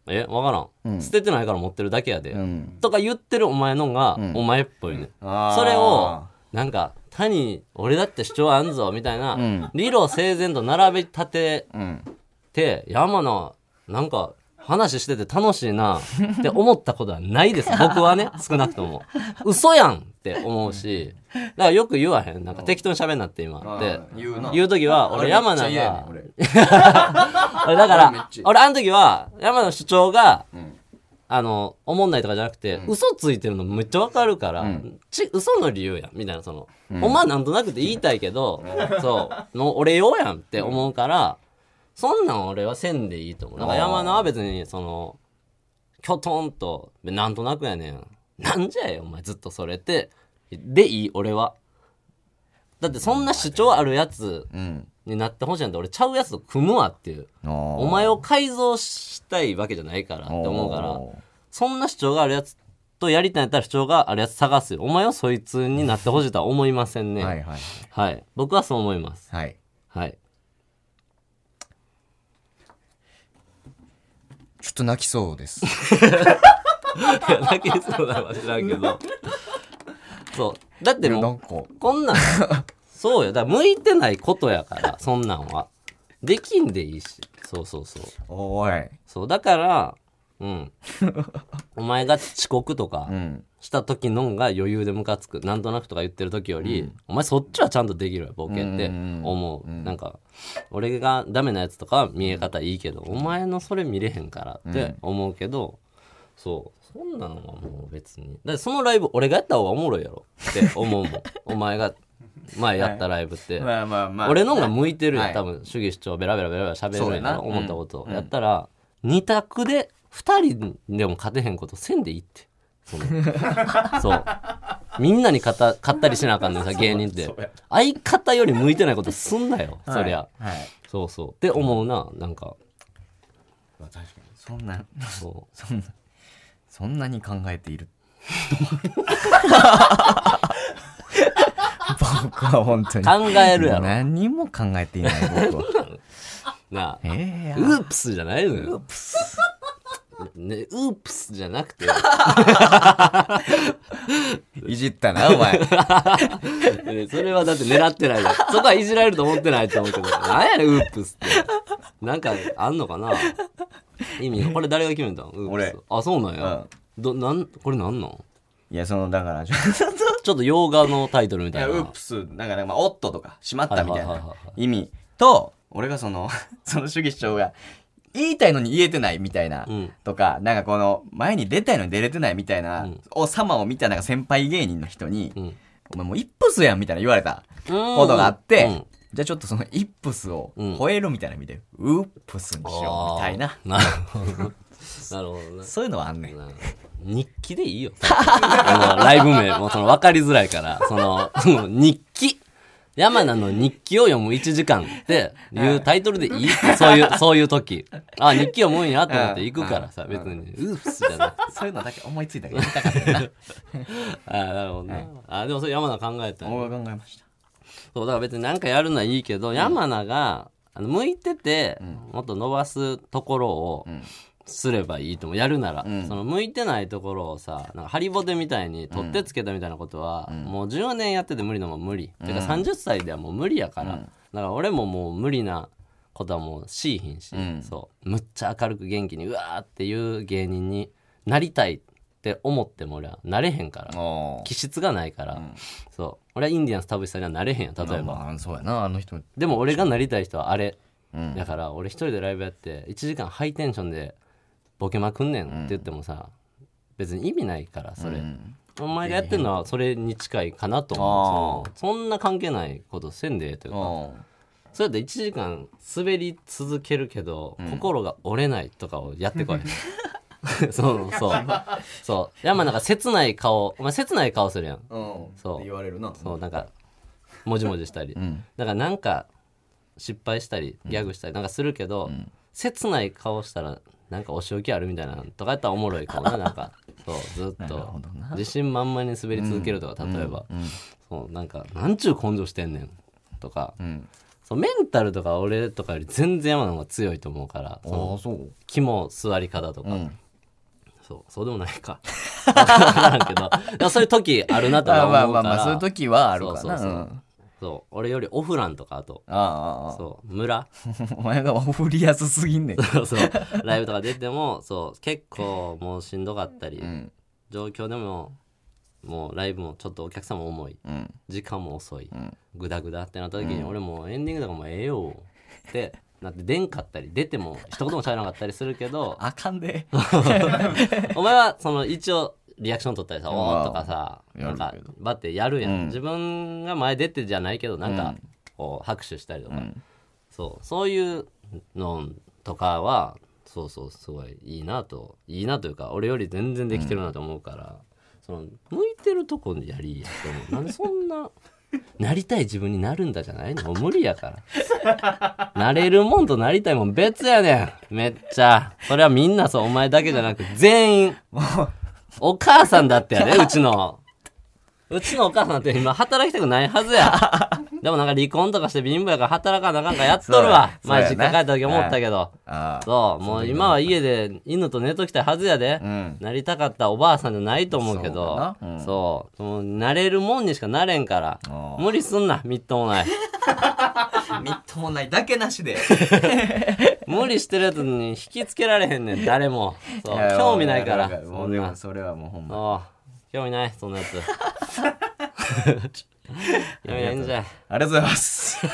Speaker 1: えわからん、
Speaker 2: うん
Speaker 1: 捨ててないから持ってるだけやで、
Speaker 2: あうん
Speaker 1: とか言ってるお前のが
Speaker 2: ん
Speaker 1: お前っぽいね、
Speaker 2: あー
Speaker 1: それをなんか谷俺だって主張あんぞみたいな、
Speaker 2: ん
Speaker 1: 理路整然と並べ立て
Speaker 2: うん
Speaker 1: て山名なんか話してて楽しいなって思ったことはない です僕はね少なくとも嘘やんって思うしだからよく言わへんなんか適当に喋んなって今って
Speaker 2: あー言うな
Speaker 1: 言う時は俺山
Speaker 2: あれ
Speaker 1: 名
Speaker 2: めっちゃ嫌やねん
Speaker 1: が
Speaker 2: 俺
Speaker 1: 俺だか
Speaker 2: めっ
Speaker 1: ら
Speaker 2: ちゃ
Speaker 1: 俺あの時は山名の主張が
Speaker 2: うん
Speaker 1: あの、おもんないとかじゃなくて、嘘ついてるのめっちゃわかるから、
Speaker 2: うん
Speaker 1: ち嘘の理由やん、みたいな、その、お前なんとなくて言いたいけど、そう、もう俺用やんって思うから、そんなん俺はせんでいいと思う。なんか山名は別に、その、きょとんと、なんとなくやねん。なんじゃよ、お前ずっとそれって、でいい、俺は。だってそんな主張あるやつ
Speaker 2: うん
Speaker 1: になってほしいなんて、俺ちゃうやつと組むわっていう。お
Speaker 2: お
Speaker 1: 前を改造したいわけじゃないからって思うから、そんな主張があるやつとやりたいんやったら主張があるやつ探すよ。お前はそいつになってほしいとは思いませんね。
Speaker 2: は
Speaker 1: はいい、
Speaker 2: はい
Speaker 1: 僕はそう思います。
Speaker 2: はい
Speaker 1: はい。
Speaker 2: ちょっと泣きそうです
Speaker 1: いや泣きそうなのは知らんけ ど。そう。だって
Speaker 2: いやな
Speaker 1: も
Speaker 2: んか
Speaker 1: う、こんなん、そうよ。だから向いてないことやから、そんなんは。できんでいいし。そうそうそう。
Speaker 2: おい
Speaker 1: そう。だから、 うん。お前が遅刻とか、
Speaker 2: うん
Speaker 1: した時のんが余裕でムカつくなんとなくとか言ってる時より、お前そっちはちゃんとできるよボケって思う、なんか俺がダメなやつとかは見え方いいけど、お前のそれ見れへんからって思うけど、そうそんなのはもう別にだってそのライブ俺がやった方がおもろいやろって思うもん お前が前やったライブ って、
Speaker 2: まあまあまあ
Speaker 1: 俺のが向いてるよ、
Speaker 2: はい
Speaker 1: 多分主義主張ベラベラベラベラ喋
Speaker 2: そう
Speaker 1: る
Speaker 2: や
Speaker 1: ん
Speaker 2: な
Speaker 1: やろ思ったこと、やったら二択で二人でも勝てへんことせんでいいって そのそうみんなに勝た勝ったりしなあかん ねんさ芸人って相方より向いてないことすんなよ、そりゃ
Speaker 2: はい
Speaker 1: そうそうって思うななんか
Speaker 2: まあ確かにそんな
Speaker 1: そ
Speaker 2: そんなに考えて いる僕は本当
Speaker 1: う
Speaker 2: に
Speaker 1: 考えるやろ
Speaker 2: 何も考えていない僕 は
Speaker 1: なあ
Speaker 2: ええ
Speaker 1: ウープスじゃないのよウープスね、ウープスじゃなくて
Speaker 2: いじったなお前
Speaker 1: ねそれはだって狙ってないじゃん。そこはいじられると思ってないと思うけど。なんやねん、ウープスって。なんか、あんのかな意味、これ誰が決めたんウープス。
Speaker 2: 俺
Speaker 1: あ、そうなんや。ど、なん、これなんなん
Speaker 2: いやそのだからちょっ
Speaker 1: ちょっと洋画のタイトルみ
Speaker 2: と
Speaker 1: たいな。
Speaker 2: スなんかなんかまあ「おっと」とか「しまっ
Speaker 1: はいはいはいは
Speaker 2: 意味と俺がその その主義主張が言いたいのに言えてないみたいな、
Speaker 1: うん
Speaker 2: とかなんかこの前に出たいのに出れてないみたいな、
Speaker 1: うん
Speaker 2: お様を見たなんか先輩芸人の人に、
Speaker 1: うん。
Speaker 2: お前もう一歩すやんみたいな言われた
Speaker 1: うん
Speaker 2: ことがあって、じゃあちょっとそのイップスを
Speaker 1: うん
Speaker 2: 超えるみたいな意味で、ウップスにしようみたいな。
Speaker 1: なるほど。なるほどね。
Speaker 2: そういうのはあんねん。
Speaker 1: な日記でいいよ。あの、ライブ名もその分かりづらいから、その、 その日記。山名の日記を読む1時間っていうタイトルでいいそういう、そういう時。あ、日記読むんやと思って行くからさ、別に。ウープスじゃない。
Speaker 2: そういうのだけ思いついたけど、言いたかっ
Speaker 1: あなるほどね。あ、でもそれ山名考えた
Speaker 2: た
Speaker 1: んや
Speaker 2: 僕が考えました。
Speaker 1: そうだから別に何かやるのはいいけど、山名があの向いてて、もっと伸ばすところをすればいいと思うやるなら、
Speaker 2: ん
Speaker 1: その向いてないところをさなんかハリボテみたいに取ってつけたみたいなことは、もう10年やってて無理のも無理、てか30歳ではもう無理やから、だから俺ももう無理なことはもうしいひんし、
Speaker 2: ん
Speaker 1: そうむっちゃ明るく元気にうわーっていう芸人になりたいって思っても俺はなれへんから。
Speaker 2: おー
Speaker 1: 気質がないから、そう俺はインディアンス田淵さんにはなれへんよ例えば、
Speaker 2: まあ、そうやな、あの人も。
Speaker 1: でも俺がなりたい人はあれ、
Speaker 2: うん
Speaker 1: だから俺一人でライブやって1時間ハイテンションでボケまくんねんって言ってもさ、別に意味ないからそれ、
Speaker 2: うん
Speaker 1: お前がやってるのはそれに近いかなと思う、そのそんな関係ないことせんでええというか、
Speaker 2: おー
Speaker 1: それだって1時間滑り続けるけど、心が折れないとかをや ってこいそうそうそう山なんか切ない顔お前切ない顔するやん
Speaker 2: うん
Speaker 1: そう
Speaker 2: って言われるな。
Speaker 1: そうなんかもじもじしたり、だからなんか失敗したりギャグしたりなんかするけど、切ない顔したらなんかお仕置きあるみたいなのとかやったらおもろいか もななんかそうずっ
Speaker 2: なる
Speaker 1: と
Speaker 2: ほどな
Speaker 1: 自信満々に滑り続けるとか、例えば、そうなんかなんちゅう根性してんねんとか、
Speaker 2: ん
Speaker 1: そうメンタルとか俺とかより全然山の方が強いと思うからその
Speaker 2: ああ、そう。
Speaker 1: 肝座り方とか、
Speaker 2: ん
Speaker 1: そうそうでもないか分からん けどだからそういう時あるなと
Speaker 2: ま
Speaker 1: は
Speaker 2: あ
Speaker 1: 思う
Speaker 2: ま
Speaker 1: から
Speaker 2: あまあまあ、そういう時はあるか
Speaker 1: そう
Speaker 2: な。
Speaker 1: そううそうんそう俺よりオフランとかあと
Speaker 2: あ
Speaker 1: そう村
Speaker 2: あ、 お前が振りやすすぎんねん。
Speaker 1: そうライブとか出てもそう結構もうしんどかったり、
Speaker 2: ん
Speaker 1: 状況でももうライブもちょっとお客さんも重い
Speaker 2: うん。
Speaker 1: 時間も遅い、
Speaker 2: ん
Speaker 1: グダグダってなった時に、俺もうエンディングとかもうええよってなって出んかったり出ても一言も喋らなかったりするけど
Speaker 2: あかんで。
Speaker 1: お前はその一応リアクション取ったりさ「
Speaker 2: ま
Speaker 1: お
Speaker 2: あ
Speaker 1: ー」とかさ
Speaker 2: や
Speaker 1: な
Speaker 2: る
Speaker 1: ん
Speaker 2: けど
Speaker 1: かバッてやるやん、
Speaker 2: うん
Speaker 1: 自分が前出てじゃないけどなん
Speaker 2: う
Speaker 1: か
Speaker 2: ん
Speaker 1: こう拍手したりとか、
Speaker 2: ん
Speaker 1: そうそういうのとかはそうそうすごいいいなといいなというか俺より全然できてるなと思うから、その向いてるとこにやりやと思うなんでそんななりたい自分になるんだじゃないのもう無理やからなれるもんとなりたいもん別やねん。めっちゃ。それはみんなそう、お前だけじゃなく、全員。お母さんだってやで、うちの。うちのお母さんだって今働きたくないはずや。でもなんか離婚とかして貧乏やから働かなあかんからやっとるわ。
Speaker 2: そうや
Speaker 1: 前
Speaker 2: そう
Speaker 1: 実
Speaker 2: や
Speaker 1: 家
Speaker 2: な
Speaker 1: 帰った時思ったけど。
Speaker 2: ああ。
Speaker 1: そう、もう今は家で犬と寝ときたいはずやで。
Speaker 2: ん
Speaker 1: なりたかったおばあさんじゃないと思うけど。
Speaker 2: そうやなうん
Speaker 1: そう。もうなれるもんにしかなれんから
Speaker 2: あ。ー
Speaker 1: 無理すんな、みっともない。
Speaker 2: み っともないだけなしで。
Speaker 1: 無理してるやつに引きつけられへんねん誰もそう
Speaker 2: や
Speaker 1: 興味ないか
Speaker 2: わ
Speaker 1: ら
Speaker 2: かるも
Speaker 1: そ
Speaker 2: うんで
Speaker 1: な
Speaker 2: もそれはもうほんま。
Speaker 1: そう興味ないそんなや つ興味ないんじゃ
Speaker 2: ありがとうございます。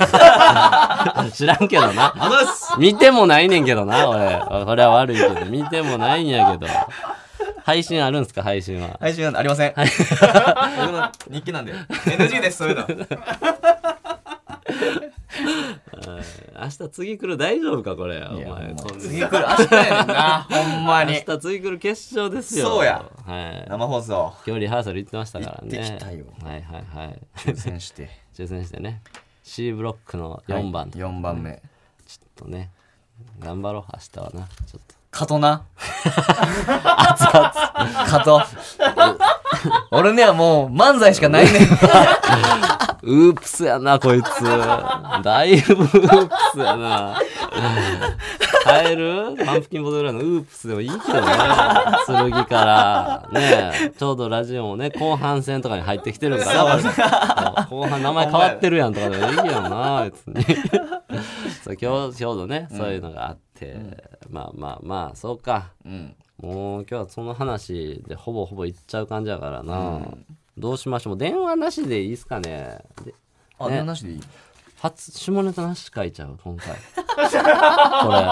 Speaker 1: 知らんけどな
Speaker 2: あざっす。
Speaker 1: 見てもないねんけどな俺それは悪いけど見てもないんやけど配信あるんすか配信は
Speaker 2: 配信なんでありません。僕の日記なんで。NG です、そういうの。
Speaker 1: 明日次来る大丈夫かこ れお前こんな
Speaker 2: 次来る明日やねんな、 ほんま
Speaker 1: 明
Speaker 2: に。
Speaker 1: 日次来る決勝ですよ
Speaker 2: そうや
Speaker 1: はい
Speaker 2: 生放送。
Speaker 1: 今日リハーサル行ってましたからね
Speaker 2: 行ってきたよ
Speaker 1: はいはいはい
Speaker 2: 抽選して。
Speaker 1: 抽選してね C ブロックの4番と
Speaker 2: 4番目。
Speaker 1: ちょっとね、頑張ろう、明日はな。ちょっと。
Speaker 2: 加藤な。熱々。加藤。俺にはもう漫才しかないねん。
Speaker 1: ウープスやな、こいつ。だいぶウープスやな。変えるパンプキンボトルぐらいのウープスでもいいけどね。剣から。ねえちょうどラジオもね、後半戦とかに入ってきてるからな、これ後半名前変わってるやんとかでもいいけどな、別に。そう今日、ちょうどね、そういうのがあって、まあまあまあ、そうか。
Speaker 2: うん。
Speaker 1: もう今日はその話でほぼほぼいっちゃう感じやからな、どうしましょうもう電話なしでいいっすかねで
Speaker 2: あ、
Speaker 1: ね
Speaker 2: ね、なしでいい
Speaker 1: 初下ネタなし書いちゃう今 回これ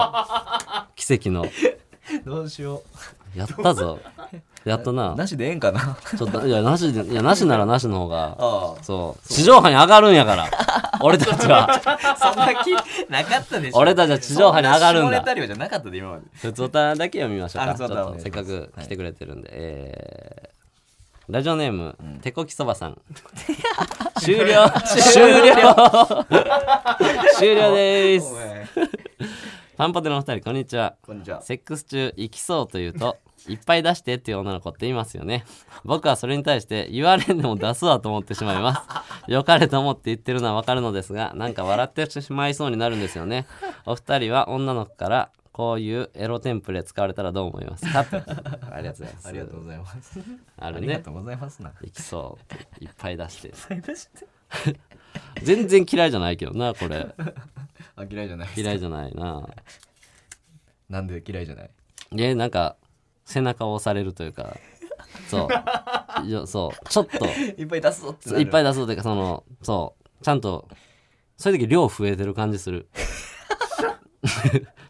Speaker 1: 奇跡の
Speaker 2: どうしよう。
Speaker 1: やったぞやったな。
Speaker 2: なしでええんかな
Speaker 1: ちょっと、いや、なしで、いや、なしならなしの方が、
Speaker 2: あ
Speaker 1: そう、地上波に上がるんやから、俺たちは、
Speaker 2: あそんな気なかったでしょ
Speaker 1: 俺たちは地上波に上がるんだ
Speaker 2: そな下ネタ量じゃなかったで今まで
Speaker 1: 普通歌だけ読みましょう
Speaker 2: あ
Speaker 1: か。ち
Speaker 2: 普
Speaker 1: ょ
Speaker 2: 通
Speaker 1: っ
Speaker 2: 歌お願いし
Speaker 1: と
Speaker 2: ます
Speaker 1: せっかく来てくれてるんで、えー、ラジオネーム、手こきそばさん。 終了 終了 終了です。
Speaker 2: お前
Speaker 1: パンポテのお二人、こんにちは。
Speaker 2: こんにちは
Speaker 1: セックス中、行きそうと言うと、 いっぱい出してっていう女の子っていますよね。僕はそれに対して、言われんでも出すわと思ってしまいます。 良かれと思って言ってるのはわかるのですが、なんか笑ってしまいそうになるんですよね。お二人は女の子から、こういうエロテンプレ使われたらどう思いますかありがとうございます。
Speaker 2: ありがとうございます
Speaker 1: あ
Speaker 2: あ
Speaker 1: る
Speaker 2: りが
Speaker 1: ね
Speaker 2: と。うございますな
Speaker 1: 行きそう。いっぱい出して。 全然嫌いじゃないけどな、これ。
Speaker 2: あ嫌いじゃない
Speaker 1: 嫌いじゃないな。
Speaker 2: なんで嫌いじゃない
Speaker 1: えなんか背中を押されるというかそういやそうちょっと
Speaker 2: いっぱい出すぞって
Speaker 1: いっぱい
Speaker 2: い
Speaker 1: 出そうというかそのそうちゃんとそういう時量増えてる感じす る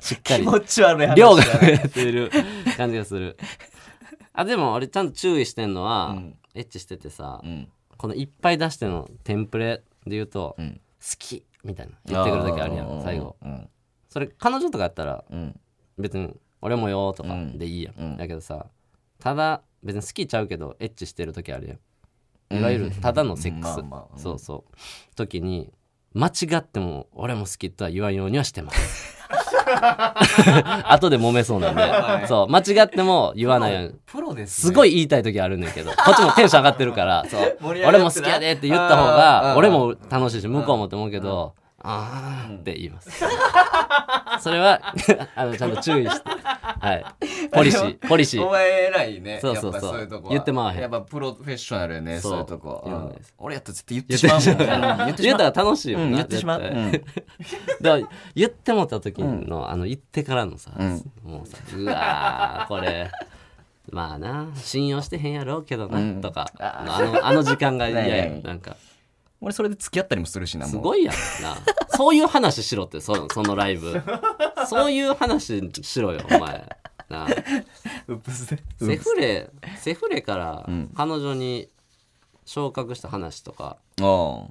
Speaker 1: しっか
Speaker 2: 気
Speaker 1: り
Speaker 2: 持ち悪い話
Speaker 1: 量が増えてる感じがするあでも俺ちゃんと注意してんのは、
Speaker 2: うん
Speaker 1: エッチしててさ、
Speaker 2: うん
Speaker 1: このいっぱい出してのテンプレで言うと「
Speaker 2: う
Speaker 1: 好
Speaker 2: ん
Speaker 1: き」みたいな言ってくる時あるやん最後
Speaker 2: うん
Speaker 1: それ彼女とかやったら
Speaker 2: うん
Speaker 1: 別に「俺もよ」とかでいいやん、
Speaker 2: うん
Speaker 1: だけどさただ別に好きちゃうけどエッチしてる時あるやんいわゆるただのセックス、
Speaker 2: うんまあまあ
Speaker 1: そうそう時に間違っても俺も好きとは言わんようにはしてます 後で揉めそうなんで、
Speaker 2: はい
Speaker 1: そう間違っても言わないように
Speaker 2: プロです
Speaker 1: すご
Speaker 2: い
Speaker 1: い言いたい時あるんだけ ど、こっちもテンション上がってるから、そう、
Speaker 2: 盛り上がってな
Speaker 1: 俺も好きやでって言った方
Speaker 2: あ
Speaker 1: が、
Speaker 2: ー
Speaker 1: 俺も楽しいし、向こうもって思うけど、あーって言います。それ は、あの、ちゃんと注意して。はい。ポリシー、ポリシ
Speaker 2: お
Speaker 1: ー。
Speaker 2: 前偉いね
Speaker 1: そうそうそう
Speaker 2: やっぱそういうとこは
Speaker 1: 言ってまわへん
Speaker 2: やっぱプロフェッショナルやね
Speaker 1: そう
Speaker 2: そういうとこ
Speaker 1: 言わ
Speaker 2: う
Speaker 1: ない
Speaker 2: ん
Speaker 1: です
Speaker 2: 俺やったら絶対言ってしまうもんうん
Speaker 1: 言ったら楽しいよ
Speaker 2: うん
Speaker 1: な
Speaker 2: 言ってしまう
Speaker 1: 絶
Speaker 2: う
Speaker 1: 対
Speaker 2: ん
Speaker 1: だから言ってもた時の、あの、言ってからのさ、もうさ、うわー、これ。 まあな信用してへんやろうけどな、
Speaker 2: うん
Speaker 1: とかあのあの時間が嫌や
Speaker 2: ねえ
Speaker 1: なんか
Speaker 2: 俺それで付き合ったりもするしなもう
Speaker 1: すごいやんな。そういう話しろって、そそのライブ。そういう話しろよ、お前。なあ
Speaker 2: うっぷすで
Speaker 1: セフレ、セフレから
Speaker 2: ん
Speaker 1: 彼女に昇格した話とか
Speaker 2: あ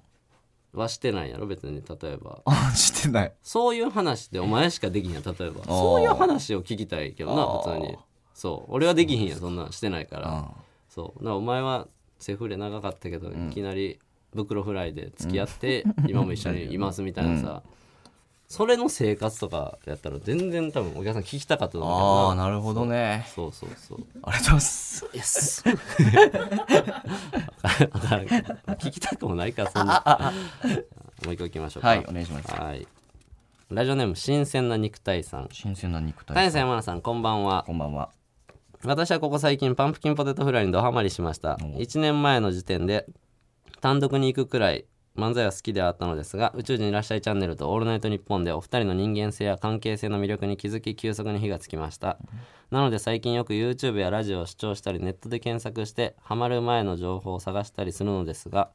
Speaker 1: はしてないやろ、別に、例えば。
Speaker 2: あ してない
Speaker 1: そういう話でお前しかできひんやん、例えば。
Speaker 2: あー
Speaker 1: そういう話を聞きたいけどな、
Speaker 2: あ
Speaker 1: 普
Speaker 2: ー
Speaker 1: 通に。そう。俺はできひんやん、そんなんしてないから。
Speaker 2: あ
Speaker 1: そう。なお前はセフレ長かったけど、いきなり袋フライで付き合 って、今も一緒にいますみたいなさ、それの生活とかやったら全然多分お客さん聞きたかったと思うけど
Speaker 2: あなるほどね
Speaker 1: そうそうそう。
Speaker 2: ありがとうございます
Speaker 1: イエス 聞きたくもないから、そんな。 もう一個行きましょうか。
Speaker 2: はいお願いします
Speaker 1: はいラジオネーム、新鮮な肉体さん。
Speaker 2: 新鮮な肉
Speaker 1: 谷
Speaker 2: 体
Speaker 1: さん、山名さん、こんばんは。
Speaker 2: こんばんは
Speaker 1: 私はここ最近パンプキンポテトフライにドハマりしました1年前の時点で単独に行くくらい漫才は好きではあったのですが宇宙人いらっしゃいチャンネルとオールナイトニッポンでお二人の人間性や関係性の魅力に気づき急速に火がつきましたなので最近よく YouTube やラジオを視聴したりネットで検索してハマる前の情報を探したりするのですが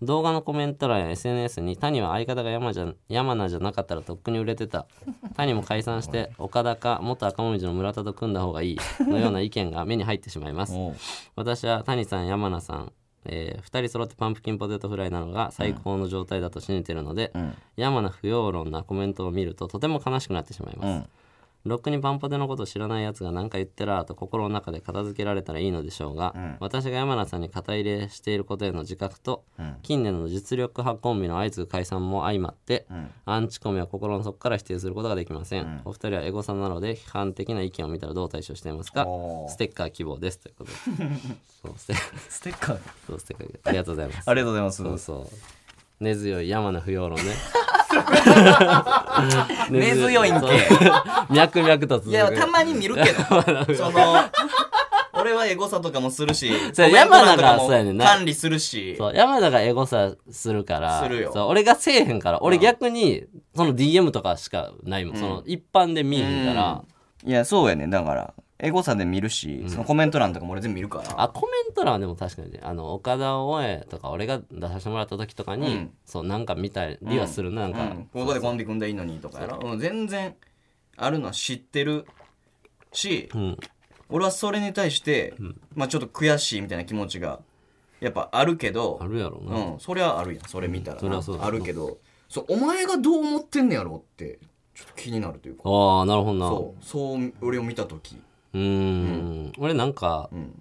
Speaker 1: 動画のコメント欄や SNS に「谷は相方が山じゃ山名じゃなかったらとっくに売れてた」「谷も解散して岡田か元赤もみじの村田と組んだ方がいい」のような意見が目に入ってしまいます
Speaker 2: おう
Speaker 1: 私は谷さん山名さん、え2人揃ってパンプキンポテトフライなのが最高の状態だと信じてるので、
Speaker 2: ん
Speaker 1: 山名不要論なコメントを見るととても悲しくなってしまいます、
Speaker 2: うん
Speaker 1: ロックにパンポテのことを知らないやつが何か言ってらーと心の中で片付けられたらいいのでしょうが、私が山名さんに肩入れしていることへの自覚と、近年の実力派コンビの相次ぐ解散も相まって、アンチコミは心の底から否定することができません、お二人はエゴさんなので批判的な意見を見たらどう対処していますか
Speaker 2: おー
Speaker 1: ステッカー希望ですという ことでそうステ
Speaker 2: ステッカー
Speaker 1: そうステッカーありがとうございます
Speaker 2: ありがとうござい
Speaker 1: そう
Speaker 2: ます
Speaker 1: そう根強い山名不要論ね
Speaker 2: 根強いんけ
Speaker 1: そう脈々と続く
Speaker 2: いやたまに見る けどその俺はエゴサとかもする し
Speaker 1: そう
Speaker 2: コメント
Speaker 1: 山
Speaker 2: 欄とか
Speaker 1: 名がそうやねん
Speaker 2: も
Speaker 1: な
Speaker 2: 管理するし
Speaker 1: そう、山田がエゴさするから、
Speaker 2: するよ
Speaker 1: そう俺がせえへんから、俺逆に、その DM とかしかないもん。その一般で見えへんから、
Speaker 2: いやそうやねだからエゴサで見るしそのコメント欄とかも俺全部見るから
Speaker 1: あ、コメント欄はでも確かにね、あの、岡田応援とか、俺が出させてもらった時とかに、
Speaker 2: うん
Speaker 1: そう、なんか見たりはするな、なんか、
Speaker 2: うん、ここでコンビ組んでいいのにとかやろ、うん、全然あるのは知ってるし、
Speaker 1: ん
Speaker 2: 俺はそれに対して、まあちょっと悔しいみたいな気持ちがやっぱあるけど
Speaker 1: あるやろな、
Speaker 2: うん、そりゃあるやんそれ見たら、
Speaker 1: うんそりゃそうだ
Speaker 2: あるけどそうお前がどう思ってんねやろってちょっと気になるというか
Speaker 1: ああなるほどな
Speaker 2: そうそう俺を見た時
Speaker 1: うーん俺なんか、
Speaker 2: ん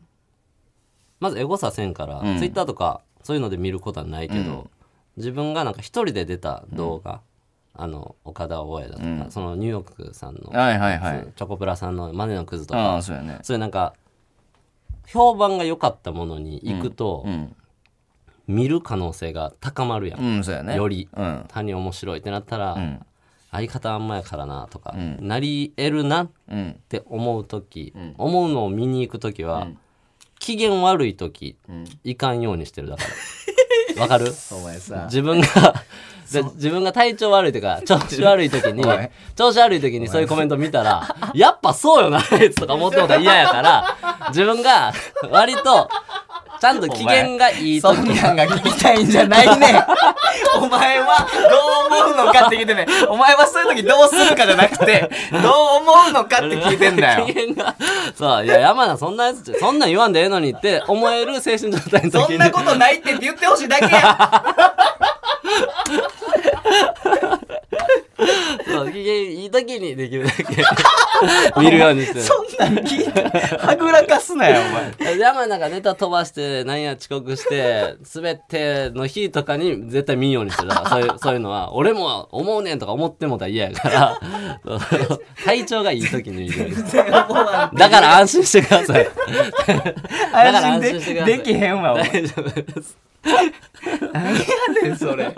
Speaker 1: まずエゴさせんから、
Speaker 2: うん
Speaker 1: ツイッターとかそういうので見ることはないけど、自分がなんか一人で出た動画、あの岡田大江だとか、
Speaker 2: うん
Speaker 1: そのニューヨークさんの、
Speaker 2: はいはい
Speaker 1: チョコプラさんの「マネのクズ」とか、
Speaker 2: ああそうやね
Speaker 1: そういうなんか評判が良かったものに行くと、
Speaker 2: うん
Speaker 1: 見る可能性が高まるやん、
Speaker 2: うんそうやね
Speaker 1: より
Speaker 2: うん
Speaker 1: 他に面白いってなったら、
Speaker 2: うん
Speaker 1: 相方あんまやからなとか、なり得るな
Speaker 2: うん
Speaker 1: って思う時、思うのを見に行く時は、
Speaker 2: ん
Speaker 1: 機嫌悪い時、
Speaker 2: うん
Speaker 1: いかんようにしてるだから わかる
Speaker 2: お前さ
Speaker 1: 自 分がで自分が体調悪いとか調子悪い時に
Speaker 2: おい
Speaker 1: 調子悪い時にそういうコメント見たらやっぱそうよなあいつとか思ってもたら嫌や から自分が割とちゃんと機嫌がいい
Speaker 2: そ
Speaker 1: 時
Speaker 2: んなんが聞きたいんじゃない ねんお前はどう思うのかって聞いてねお前はそういう時どうするかじゃなくてどう思うのかって聞いてんだ よ
Speaker 1: 機嫌がそういや山田そんなやつそんなん言わんでええのにって思える精神状態の時
Speaker 2: そ
Speaker 1: に
Speaker 2: んなことないって言ってほしいだけや
Speaker 1: そう機嫌いい時にできる だけ見るようにしてる
Speaker 2: そんなん聞いてはぐらかすなよお前
Speaker 1: 山名がネタ飛ばしてなんや遅刻して滑っての日とかに絶対見んようにしてるだからそういうそういうのは俺も思うねんとか思ってもたら嫌やから そう体調がいい時に見るようにしてだから安心してくださいだから安心してください
Speaker 2: できへんわお前
Speaker 1: 大丈夫です
Speaker 2: 何やねんそれ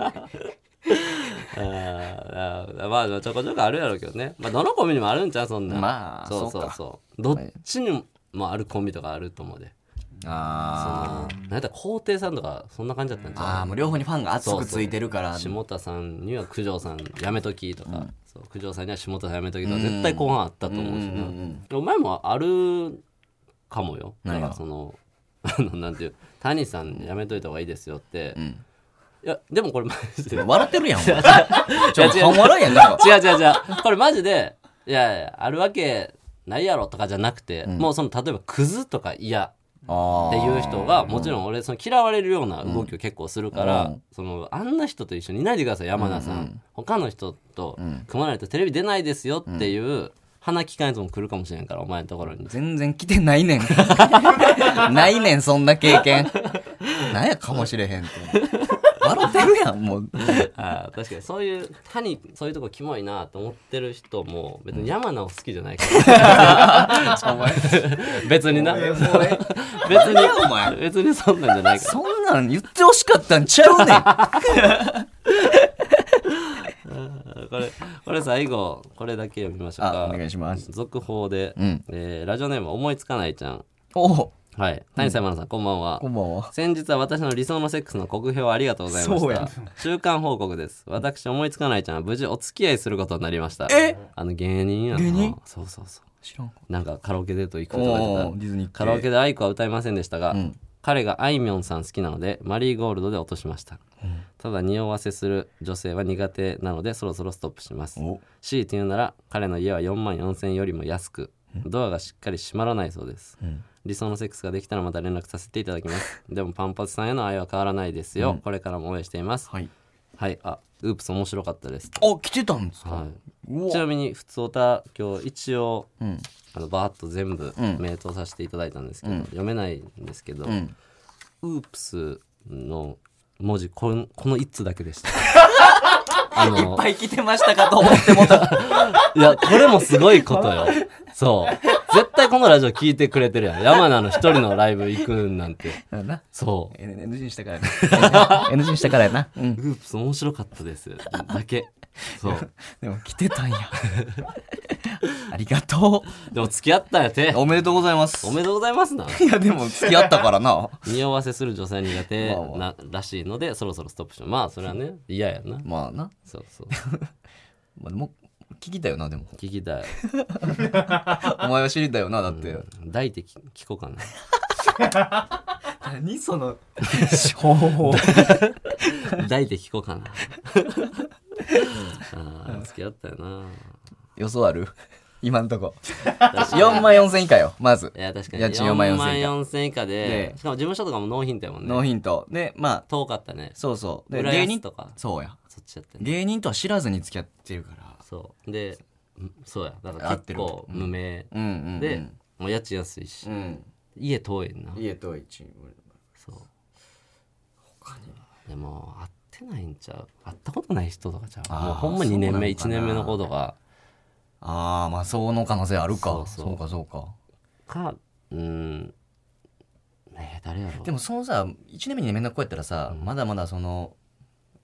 Speaker 1: あーあーまあちょこちょこあるやろうけどね、まあ、どのコンビにもあるんちゃうそんなん
Speaker 2: まあ
Speaker 1: そう
Speaker 2: そう
Speaker 1: そう
Speaker 2: か
Speaker 1: そうどっちにもあるコンビとかあると思うで
Speaker 2: あ
Speaker 1: そのなんやったら皇帝さんとかそんな感じだったんちゃう
Speaker 2: あーもう両方にファンが熱くついてるから
Speaker 1: 下田さんには九条さんやめときとか、そう九条さんには下田さんやめときとか絶対後半あったと思うしな、
Speaker 2: うんうんうん
Speaker 1: お前もあるかもよだ
Speaker 2: 何
Speaker 1: か
Speaker 2: が
Speaker 1: らその あのなんていう谷さんやめといた方がいいですよって、
Speaker 2: ん
Speaker 1: いやでもこれマジで違う
Speaker 2: 笑ってるやんお前ちょっとおもろいや んなんか
Speaker 1: 違う違うこれマジでいやいやあるわけないやろとかじゃなくて、もうその例えばクズとか嫌
Speaker 2: っ
Speaker 1: っていう人がもちろん俺その嫌われるような動きを結構するから、
Speaker 2: うん
Speaker 1: そのあんな人と一緒にいないでください山田さん、他の人と組まないとテレビ出ないですよっていう、鼻機関やつも来るかもしれんからお前のとこ ろに
Speaker 2: 全然来てな いねん。ないねん、そんな経験。なんやかもし れへんって。笑ってるやん、もう。
Speaker 1: あ ー確かにそういう他にそういうとこキモいなと思ってる人も別に山名を好きじゃない から、 別にな別 に
Speaker 2: お前
Speaker 1: 別にそんなんじゃないから
Speaker 2: そんなん言ってほしかったんちゃうねん。
Speaker 1: これこれ最後これだけ読みましょう
Speaker 2: あ、
Speaker 1: か
Speaker 2: お願いします。
Speaker 1: 続報で、
Speaker 2: うん
Speaker 1: えーラジオネーム思いつかないちゃん
Speaker 2: おう
Speaker 1: はい。谷さん、山田さん、こんばんは
Speaker 2: こ。んばんは。
Speaker 1: 先日は私の理想のセックスの酷評をありがとうございま
Speaker 2: そう
Speaker 1: し
Speaker 2: や
Speaker 1: た。週間報告です。私、思いつかないちゃんは無事お付き合いすることになりました。
Speaker 2: え
Speaker 1: あの芸人やな。
Speaker 2: 芸人
Speaker 1: そうそうそう。
Speaker 2: 知らんか。
Speaker 1: なんかカラオケデート行くとか言ってた
Speaker 2: おーディズニー
Speaker 1: カラオケ
Speaker 2: だ。
Speaker 1: でアイコは歌いませんでしたが、
Speaker 2: ん
Speaker 1: 彼があいみょんさん好きなのでマリーゴールドで落としました、ただ匂わせする女性は苦手なのでそろそろストップします
Speaker 2: お
Speaker 1: 強いて言うなら彼の家は4万4000円よりも安くドアがしっかり閉まらないそうです、理想のセックスができたらまた連絡させていただきます でもパンパツさんへの愛は変わらないですよ、これからも応援していますはい、
Speaker 2: はい。
Speaker 1: あウープス面白かったです
Speaker 2: あ、来てたんですか、
Speaker 1: はいうち
Speaker 2: わ
Speaker 1: なみに普通歌今日一応、
Speaker 2: ん
Speaker 1: あのバーッと全部名答させていただいたんですけど、読めないんですけど、
Speaker 2: ん
Speaker 1: ウープスの文字こんこの一通だけで したあの
Speaker 2: いっぱい来てましたかと思ってもた。
Speaker 1: いや、これもすごいことよ。そう。絶対このラジオ聞いてくれてるやん。山名の一人のライブ行くんなんて。
Speaker 2: な。
Speaker 1: そう。
Speaker 2: NG にしたからやな。NG にしたからやな。うん。
Speaker 1: ウープス面白かったです。だけ。そう。
Speaker 2: でも来てたんや。ありがと
Speaker 1: でも付き合ったんやて
Speaker 2: う。。おめでとうございます。
Speaker 1: おめでとうございますな。
Speaker 2: いや、でも付き合ったからな。
Speaker 1: 匂わせする女性苦手
Speaker 2: まあま
Speaker 1: ならしいので、そろそろストップしよう。まあ、それはね、嫌やな。
Speaker 2: まあな。
Speaker 1: そうそう。
Speaker 2: まあ、でも聞きたよなでも
Speaker 1: 聞きたい。
Speaker 2: お前は知りたいよなだって、
Speaker 1: 抱いてき聞こうかな。
Speaker 2: 何その方法
Speaker 1: 抱いて聞こう かな。 ああ、付き合ったよな。
Speaker 2: 予想ある 今んとこ4万4000以下よまず
Speaker 1: いや確かに
Speaker 2: 家賃4万4000
Speaker 1: 4万4000以下で
Speaker 2: で
Speaker 1: しかも事務所とかもノーヒントやもんね
Speaker 2: ノーヒントでまあ
Speaker 1: 遠かったね
Speaker 2: そうそうで
Speaker 1: 浦
Speaker 2: 芸
Speaker 1: 安
Speaker 2: 人
Speaker 1: とか
Speaker 2: そうや
Speaker 1: そっちやってね
Speaker 2: 芸人とは知らずに付き合ってるから
Speaker 1: そうでうんそうやだか
Speaker 2: 合
Speaker 1: ら
Speaker 2: っ
Speaker 1: 結
Speaker 2: てる
Speaker 1: 構無名
Speaker 2: うんうんうん
Speaker 1: でもう家賃安いし
Speaker 2: うん
Speaker 1: 家遠いな
Speaker 2: 家と一員
Speaker 1: そう他にでも会ってないんちゃう会ったことない人とかちゃう
Speaker 2: あー
Speaker 1: もうほんま2年目
Speaker 2: そ
Speaker 1: 1
Speaker 2: うなのかな
Speaker 1: 年目の子とか
Speaker 2: ああまあその可能性ある
Speaker 1: そ
Speaker 2: か
Speaker 1: うそう
Speaker 2: そうかそうか
Speaker 1: かうんねえ誰やろ
Speaker 2: でもそのさ1年目に面の子やったらさ、まだまだその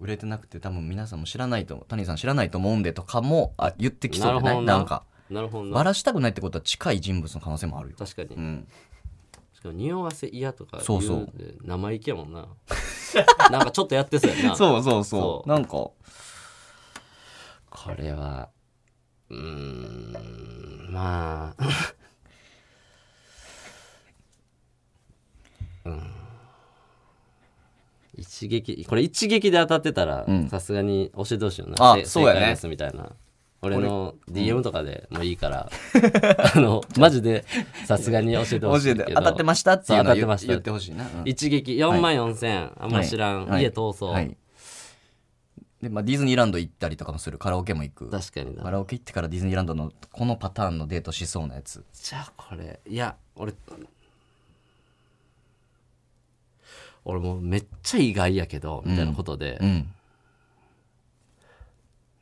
Speaker 2: 売れてなくて多分皆さんも知らないと思う谷さん知らないと思うんでとかもあ言ってきそうじゃ
Speaker 1: なるほど
Speaker 2: ないな
Speaker 1: なん
Speaker 2: か
Speaker 1: なるほど
Speaker 2: バ
Speaker 1: な
Speaker 2: ラしたくないってことは近い人物の可能性もあるよ、
Speaker 1: 確か
Speaker 2: う
Speaker 1: に
Speaker 2: ん、
Speaker 1: しかも匂わせ嫌とか
Speaker 2: そ
Speaker 1: 言
Speaker 2: うそう
Speaker 1: うんで生意気やもんな なんかちょっとやってそうやな
Speaker 2: そうそうそ
Speaker 1: そ
Speaker 2: う
Speaker 1: う
Speaker 2: なんか
Speaker 1: これはうーんまあ うん一撃これ一撃で当たってたら
Speaker 2: うん
Speaker 1: さすがに教えてほしいよな
Speaker 2: あ
Speaker 1: せ
Speaker 2: そうやね
Speaker 1: 正解ですみたいな俺の DM とかでもいい から、あのマジでさすがに教えて
Speaker 2: 教
Speaker 1: ほし
Speaker 2: え
Speaker 1: い
Speaker 2: て
Speaker 1: けど
Speaker 2: 当たってましたっていうの
Speaker 1: そう当た
Speaker 2: は
Speaker 1: って
Speaker 2: 言
Speaker 1: ま
Speaker 2: っ
Speaker 1: した
Speaker 2: 言ってほしいな、うん
Speaker 1: 一撃4万4千、あんま知らん、
Speaker 2: はい
Speaker 1: 家逃走、
Speaker 2: はいで、まあ、ディズニーランド行ったりとかもするカラオケも行く
Speaker 1: 確かにな
Speaker 2: カラオケ行ってからディズニーランドのこのパターンのデートしそうなやつ
Speaker 1: じゃあこれいや俺俺もうめっちゃ意外やけどみたいなことで、
Speaker 2: うん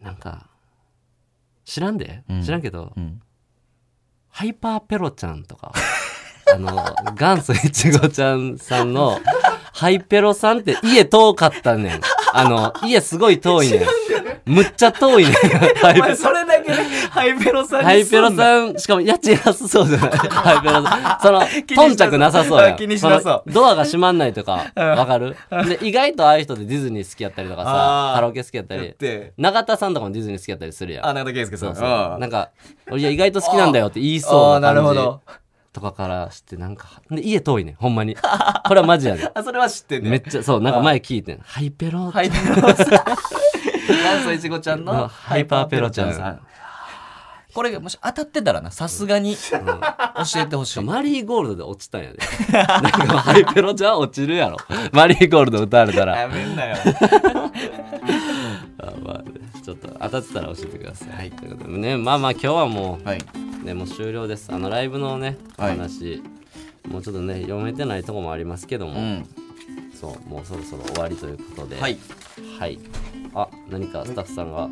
Speaker 1: なんか知らんで、知らんけど、
Speaker 2: うん
Speaker 1: ハイパーペロちゃんとか あの元祖いちごちゃんさんのハイペロさんって家遠かったねんあの家すごい遠いねんむっちゃ遠いねんハイペロ
Speaker 2: それだけ ハイペロさん
Speaker 1: ハイペロさん、しかも家賃安そう じゃないハイペロさん。その、頓着なさそうやん。
Speaker 2: 気にしなそう
Speaker 1: のドアが閉まんないと か、わかるで、意外とああいう人でディズニー好きやったりとか
Speaker 2: あ
Speaker 1: さ
Speaker 2: ー、
Speaker 1: カラオケ好きやった
Speaker 2: やっ
Speaker 1: り。
Speaker 2: て
Speaker 1: 永田さんとかもディズニー好きやったりするやん。
Speaker 2: あ中田圭介さ
Speaker 1: そ
Speaker 2: ん
Speaker 1: うそう。なんか、俺いや意外と好きなんだよって言い
Speaker 2: あ
Speaker 1: そ
Speaker 2: あ
Speaker 1: うな
Speaker 2: なる
Speaker 1: 感
Speaker 2: ほ
Speaker 1: じ
Speaker 2: ど
Speaker 1: とかからして、なんか、で家遠いねん、ほんまに。これはマジや ねん。
Speaker 2: あそれは知ってんね
Speaker 1: めっちゃ、そう、なんか前聞いてん。ハイペロ
Speaker 2: ハイペロさん元祖いちごちゃん の
Speaker 1: ハイパーペロちゃんさん。
Speaker 2: これがもし当たってたらなさすがに教えてほしい
Speaker 1: マリーゴールドで落ちたんやで。 なんかハイペロじゃ落ちるやろ。 マリーゴールド歌われたら。
Speaker 2: めんなよ
Speaker 1: あまあ、ちょっと当たってたら教えてください。はい、ということでね、まあまあ今日はも、
Speaker 2: はいう
Speaker 1: ね、もう終了です。あのライブのね、お
Speaker 2: はい
Speaker 1: 話、もうちょっとね、読めてないとこもありますけども、
Speaker 2: うん
Speaker 1: そう、もうそろそろ終わりということで。
Speaker 2: はい。
Speaker 1: はい。あ、何かスタッフさんが、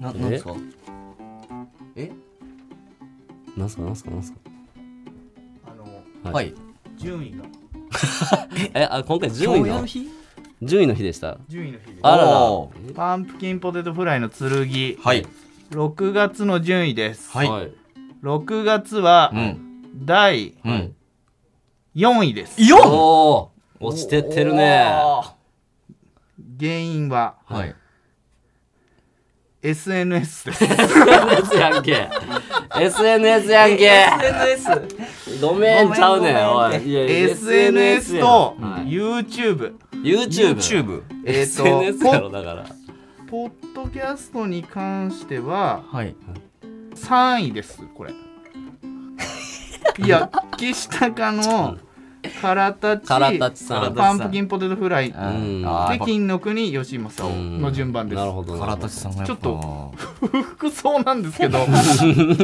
Speaker 2: な
Speaker 1: え
Speaker 2: なんですかえ
Speaker 1: なんすかなんすかなんすか。
Speaker 3: あの
Speaker 1: はい
Speaker 2: はい
Speaker 3: 順位が
Speaker 1: え、あ、今回10位の、
Speaker 2: 日
Speaker 1: 10位の日でした。
Speaker 3: 順位の日です
Speaker 1: あらら
Speaker 2: おー。
Speaker 3: パンプキンポテトフライの剣
Speaker 2: はい
Speaker 3: 6月の順位です
Speaker 2: はい
Speaker 1: はい。
Speaker 3: 6月は
Speaker 2: うん
Speaker 3: 第
Speaker 2: うん
Speaker 3: 4位です
Speaker 2: よ
Speaker 1: おお落ちてってるね。
Speaker 3: 原因は
Speaker 2: はい
Speaker 3: SNS です
Speaker 1: SNS やんけ SNS やんけ
Speaker 2: SNS
Speaker 1: ごめんちゃうねん
Speaker 2: ご
Speaker 1: お
Speaker 2: めんごめん
Speaker 1: いいや
Speaker 3: SNS
Speaker 1: やん
Speaker 3: と
Speaker 1: はい
Speaker 3: YouTube
Speaker 1: YouTube
Speaker 2: YouTube
Speaker 3: えっと
Speaker 1: SNS やろ
Speaker 3: ポ
Speaker 1: だから
Speaker 3: ポッドキャストに関しては
Speaker 2: はい
Speaker 3: 3位ですこれいや岸高の空立ち
Speaker 1: 空立ちさん
Speaker 3: パンプキンポテトフライ
Speaker 2: う
Speaker 3: で
Speaker 2: ん
Speaker 1: ん
Speaker 2: あーやっぱ
Speaker 3: 金の国吉正
Speaker 1: う
Speaker 3: 夫
Speaker 1: ん
Speaker 3: の順番です
Speaker 1: なるほど
Speaker 2: 唐立さんがやっぱ
Speaker 3: ちょ服装なんです けど
Speaker 2: ディ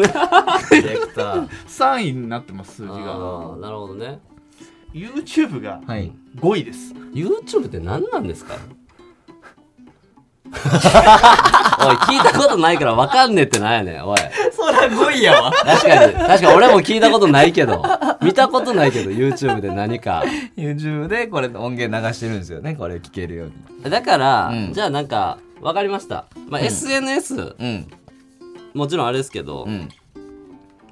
Speaker 2: レクター
Speaker 3: 3位になってます数字
Speaker 1: あ
Speaker 3: が
Speaker 1: ーなるほどね
Speaker 3: YouTube が
Speaker 2: はい
Speaker 3: 5位です
Speaker 1: YouTube って何なんで すかおい聞いたことないから分かんねえってなんやねんおい
Speaker 2: そら5位やわ
Speaker 1: 確かに確かに俺も聞いたことないけど見たことないけど YouTube で何か
Speaker 2: YouTube でこれ音源流してるんですよねこれ聞けるように
Speaker 1: だから、
Speaker 2: うん
Speaker 1: じゃあなんか分かりました、まあ SNS
Speaker 2: うん
Speaker 1: もちろんあれですけど、
Speaker 2: うん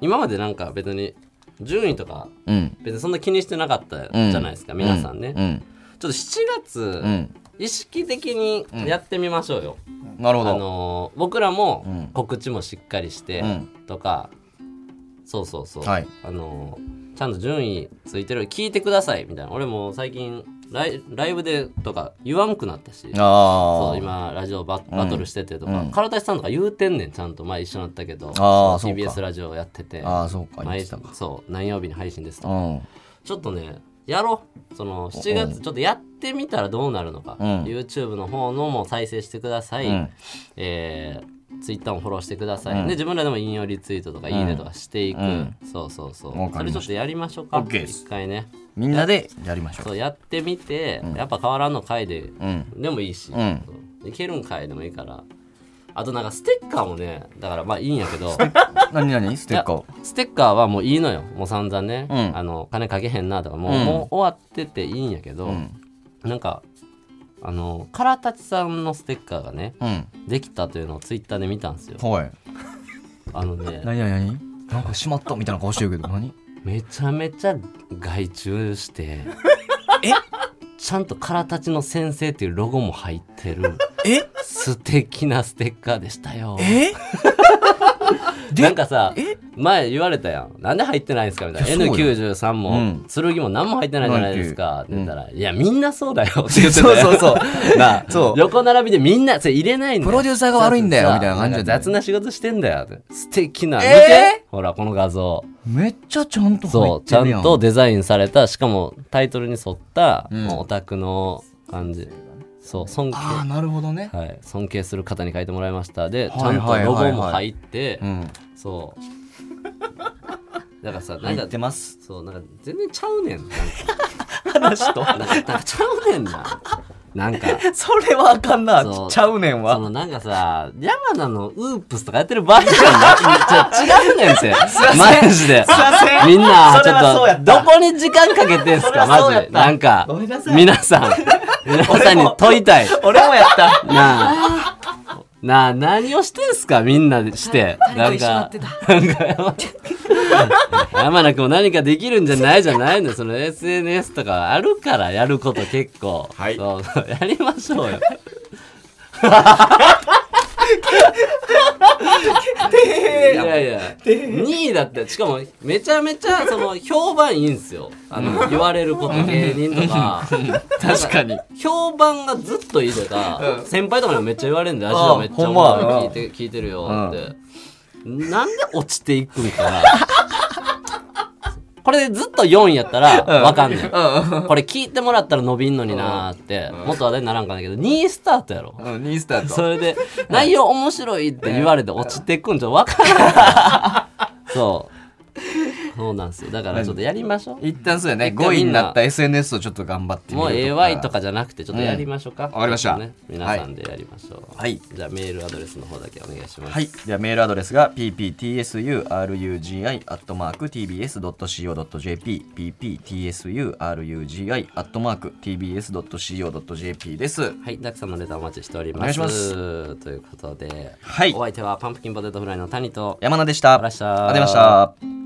Speaker 1: 今までなんか別に順位とか
Speaker 2: うん
Speaker 1: 別にそんな気にしてなかった
Speaker 2: うん
Speaker 1: じゃないですか、皆さんね、ちょっと7
Speaker 2: うんう
Speaker 1: 月
Speaker 2: ん
Speaker 1: 意識的にやってみましょうよ、
Speaker 2: うんなるほ
Speaker 1: あ
Speaker 2: ど
Speaker 1: のー僕ら
Speaker 2: うん
Speaker 1: も告知もしっかりして
Speaker 2: うん
Speaker 1: とか、そうそうそう、
Speaker 2: はい
Speaker 1: あのーちゃんと順位ついてる聞いてくださいみたいな俺も最近ライライブでとか言わんくなったし
Speaker 2: あ
Speaker 1: そう
Speaker 2: ー
Speaker 1: 今ラジオババトルしててとか、
Speaker 2: うん
Speaker 1: 唐田さんとか言うてんねんちゃんと前一緒になったけど
Speaker 2: あー
Speaker 1: そう
Speaker 2: そうか
Speaker 1: TBS ラジオやってて
Speaker 2: あーそうか言っ
Speaker 1: 毎
Speaker 2: てたか
Speaker 1: そう何曜日に配信ですと
Speaker 2: う
Speaker 1: か
Speaker 2: ん
Speaker 1: ちょっとねやろうその7月ちょっとやってみたらどうなるのか、
Speaker 2: うん
Speaker 1: YouTube の方のも再生してください、
Speaker 2: うん
Speaker 1: えー Twitter もフォローしてください、
Speaker 2: うん
Speaker 1: で自分らでも引用リツイートとかいいねとかしていく、
Speaker 2: うん
Speaker 1: そうそうそう
Speaker 2: わか
Speaker 1: そ
Speaker 2: りま
Speaker 1: れ
Speaker 2: した
Speaker 1: ちょっとやりましょうか
Speaker 3: OK です
Speaker 1: 一回ね
Speaker 2: みんなでやりましょ
Speaker 1: そううやってみて、やっぱ変わらんの回で
Speaker 2: うん
Speaker 1: でもいいし、
Speaker 2: ん
Speaker 1: そういけるんかいでもいいからあとなんかステッカーもねだからまあいいんやけど
Speaker 2: 何何ステッカー
Speaker 1: いやステッカーはもういいのよもう散々ね、
Speaker 2: うん
Speaker 1: あの金かけへんなとかもう,、
Speaker 2: うん
Speaker 1: もう終わってていいんやけど、なんかあの唐立さんのステッカーがね
Speaker 2: うん
Speaker 1: できたというのをツイッターで見たんですよ
Speaker 2: はい
Speaker 1: あのね
Speaker 2: 何何何なんかしまったみたいな顔して るけど何
Speaker 1: めちゃめちゃ外注して えちゃんと「からたちの先生」っていうロゴも入ってる
Speaker 2: え
Speaker 1: 素敵なステッカーでしたよ
Speaker 2: え
Speaker 1: なんかさ前言われたやんなんで入ってないんですかみたい
Speaker 2: い
Speaker 1: な
Speaker 2: やそうよ
Speaker 1: N93 も、
Speaker 2: うん
Speaker 1: 剣も何も入ってないじゃないですかって言ったら、いやみんなそうだよって言ってた
Speaker 2: そう
Speaker 1: よ
Speaker 2: そうそう なそう
Speaker 1: 横並びでみんなそれ入れないんだよ
Speaker 2: プロデューサーが悪いんだよみたいな感じだ
Speaker 1: で
Speaker 2: ね
Speaker 1: 雑な仕事してんだよって素敵な、見
Speaker 2: え
Speaker 1: てほらこの画像
Speaker 2: めっちゃちゃんと入
Speaker 1: そう
Speaker 2: っ
Speaker 1: ちゃ
Speaker 2: てるや
Speaker 1: んとデザインされたしかもタイトルに沿った、
Speaker 2: ん
Speaker 1: もうオタクの感じそう尊敬
Speaker 2: ああなるほどね
Speaker 1: はい、尊敬する方に書いてもらいましたで、
Speaker 2: はいはいはいはい
Speaker 1: ちゃんとロゴも入って、
Speaker 2: ん
Speaker 1: そうだからさなん
Speaker 2: 入
Speaker 1: か
Speaker 2: ってます
Speaker 1: そうなんか全然ちゃうねんなんか
Speaker 2: 話と
Speaker 1: なんかなんかちゃうねんななんか
Speaker 2: それはあかんな
Speaker 1: そう
Speaker 2: ちゃうねん
Speaker 1: そ
Speaker 2: は
Speaker 1: のなんかさ山名のウープスとかやってる場合じゃないちょ違うねん ってマジです
Speaker 2: いません
Speaker 1: みんな、
Speaker 2: そ
Speaker 1: ち
Speaker 2: れ
Speaker 1: ょ
Speaker 2: はそうや
Speaker 1: っ
Speaker 2: っ
Speaker 1: と、
Speaker 2: た
Speaker 1: どこに時間かけてんす
Speaker 2: それ
Speaker 1: か、
Speaker 2: はそう
Speaker 1: マ
Speaker 2: やっ
Speaker 1: ジ。
Speaker 2: た
Speaker 1: なんか
Speaker 2: ごめんな、さい
Speaker 1: 皆 さん、皆さんに問いたい。
Speaker 2: 俺もやった
Speaker 1: なあ、なあ、何をしてんすか、みんなでして。なんか、なんか、山名君も何かできるんじゃないじゃないの。その SNS とかあるから、やること結構。
Speaker 2: はい
Speaker 1: そうそうやりましょうよ。いやいや、2位だって、しかもめちゃめちゃその評判いいんすよ。あの、言われること、芸人とか。
Speaker 2: 確かに
Speaker 1: 評判がずっといいとか、先輩とかにもめっちゃ言われるんで、ラジ
Speaker 2: ああ
Speaker 1: オめっちゃおも
Speaker 2: ほんま
Speaker 1: ろい
Speaker 2: や
Speaker 1: 聞いて聞いてるよって。なんで落ちていくんかな。これでずっと4位やったらわかんない、これ聞いてもらったら伸びんのになーって、もっと話題にならんかんだけど2位スタートやろ
Speaker 2: うんニースタート
Speaker 1: それ で内容面白いって言われて落ちてくんじゃわからんないそうそうなんですよだからちょっとやりましょう
Speaker 2: 一旦そうやね
Speaker 1: 一回
Speaker 2: 5
Speaker 1: み
Speaker 2: 位
Speaker 1: ん
Speaker 2: に
Speaker 1: な
Speaker 2: なった SNS をちょっと頑張ってみ
Speaker 1: もう
Speaker 2: る
Speaker 1: AY とかじゃなくてちょっとやりましょうか、
Speaker 2: んわかりました
Speaker 1: ちょっとね皆さんでやりましょう
Speaker 2: はい
Speaker 1: じゃあメールアドレスの方だけお願いします
Speaker 2: はいではメールアドレスが pptsurugi.tbs.co.jp pptsurugi.tbs.co.jp です
Speaker 1: はい、ダクさんのレターお待ちしております
Speaker 2: お願いしま
Speaker 1: ということで、
Speaker 2: はい
Speaker 1: お相手はパンプキンポテトフライの谷と
Speaker 2: 山名でした
Speaker 1: ありがとうございました
Speaker 2: ありがとうございました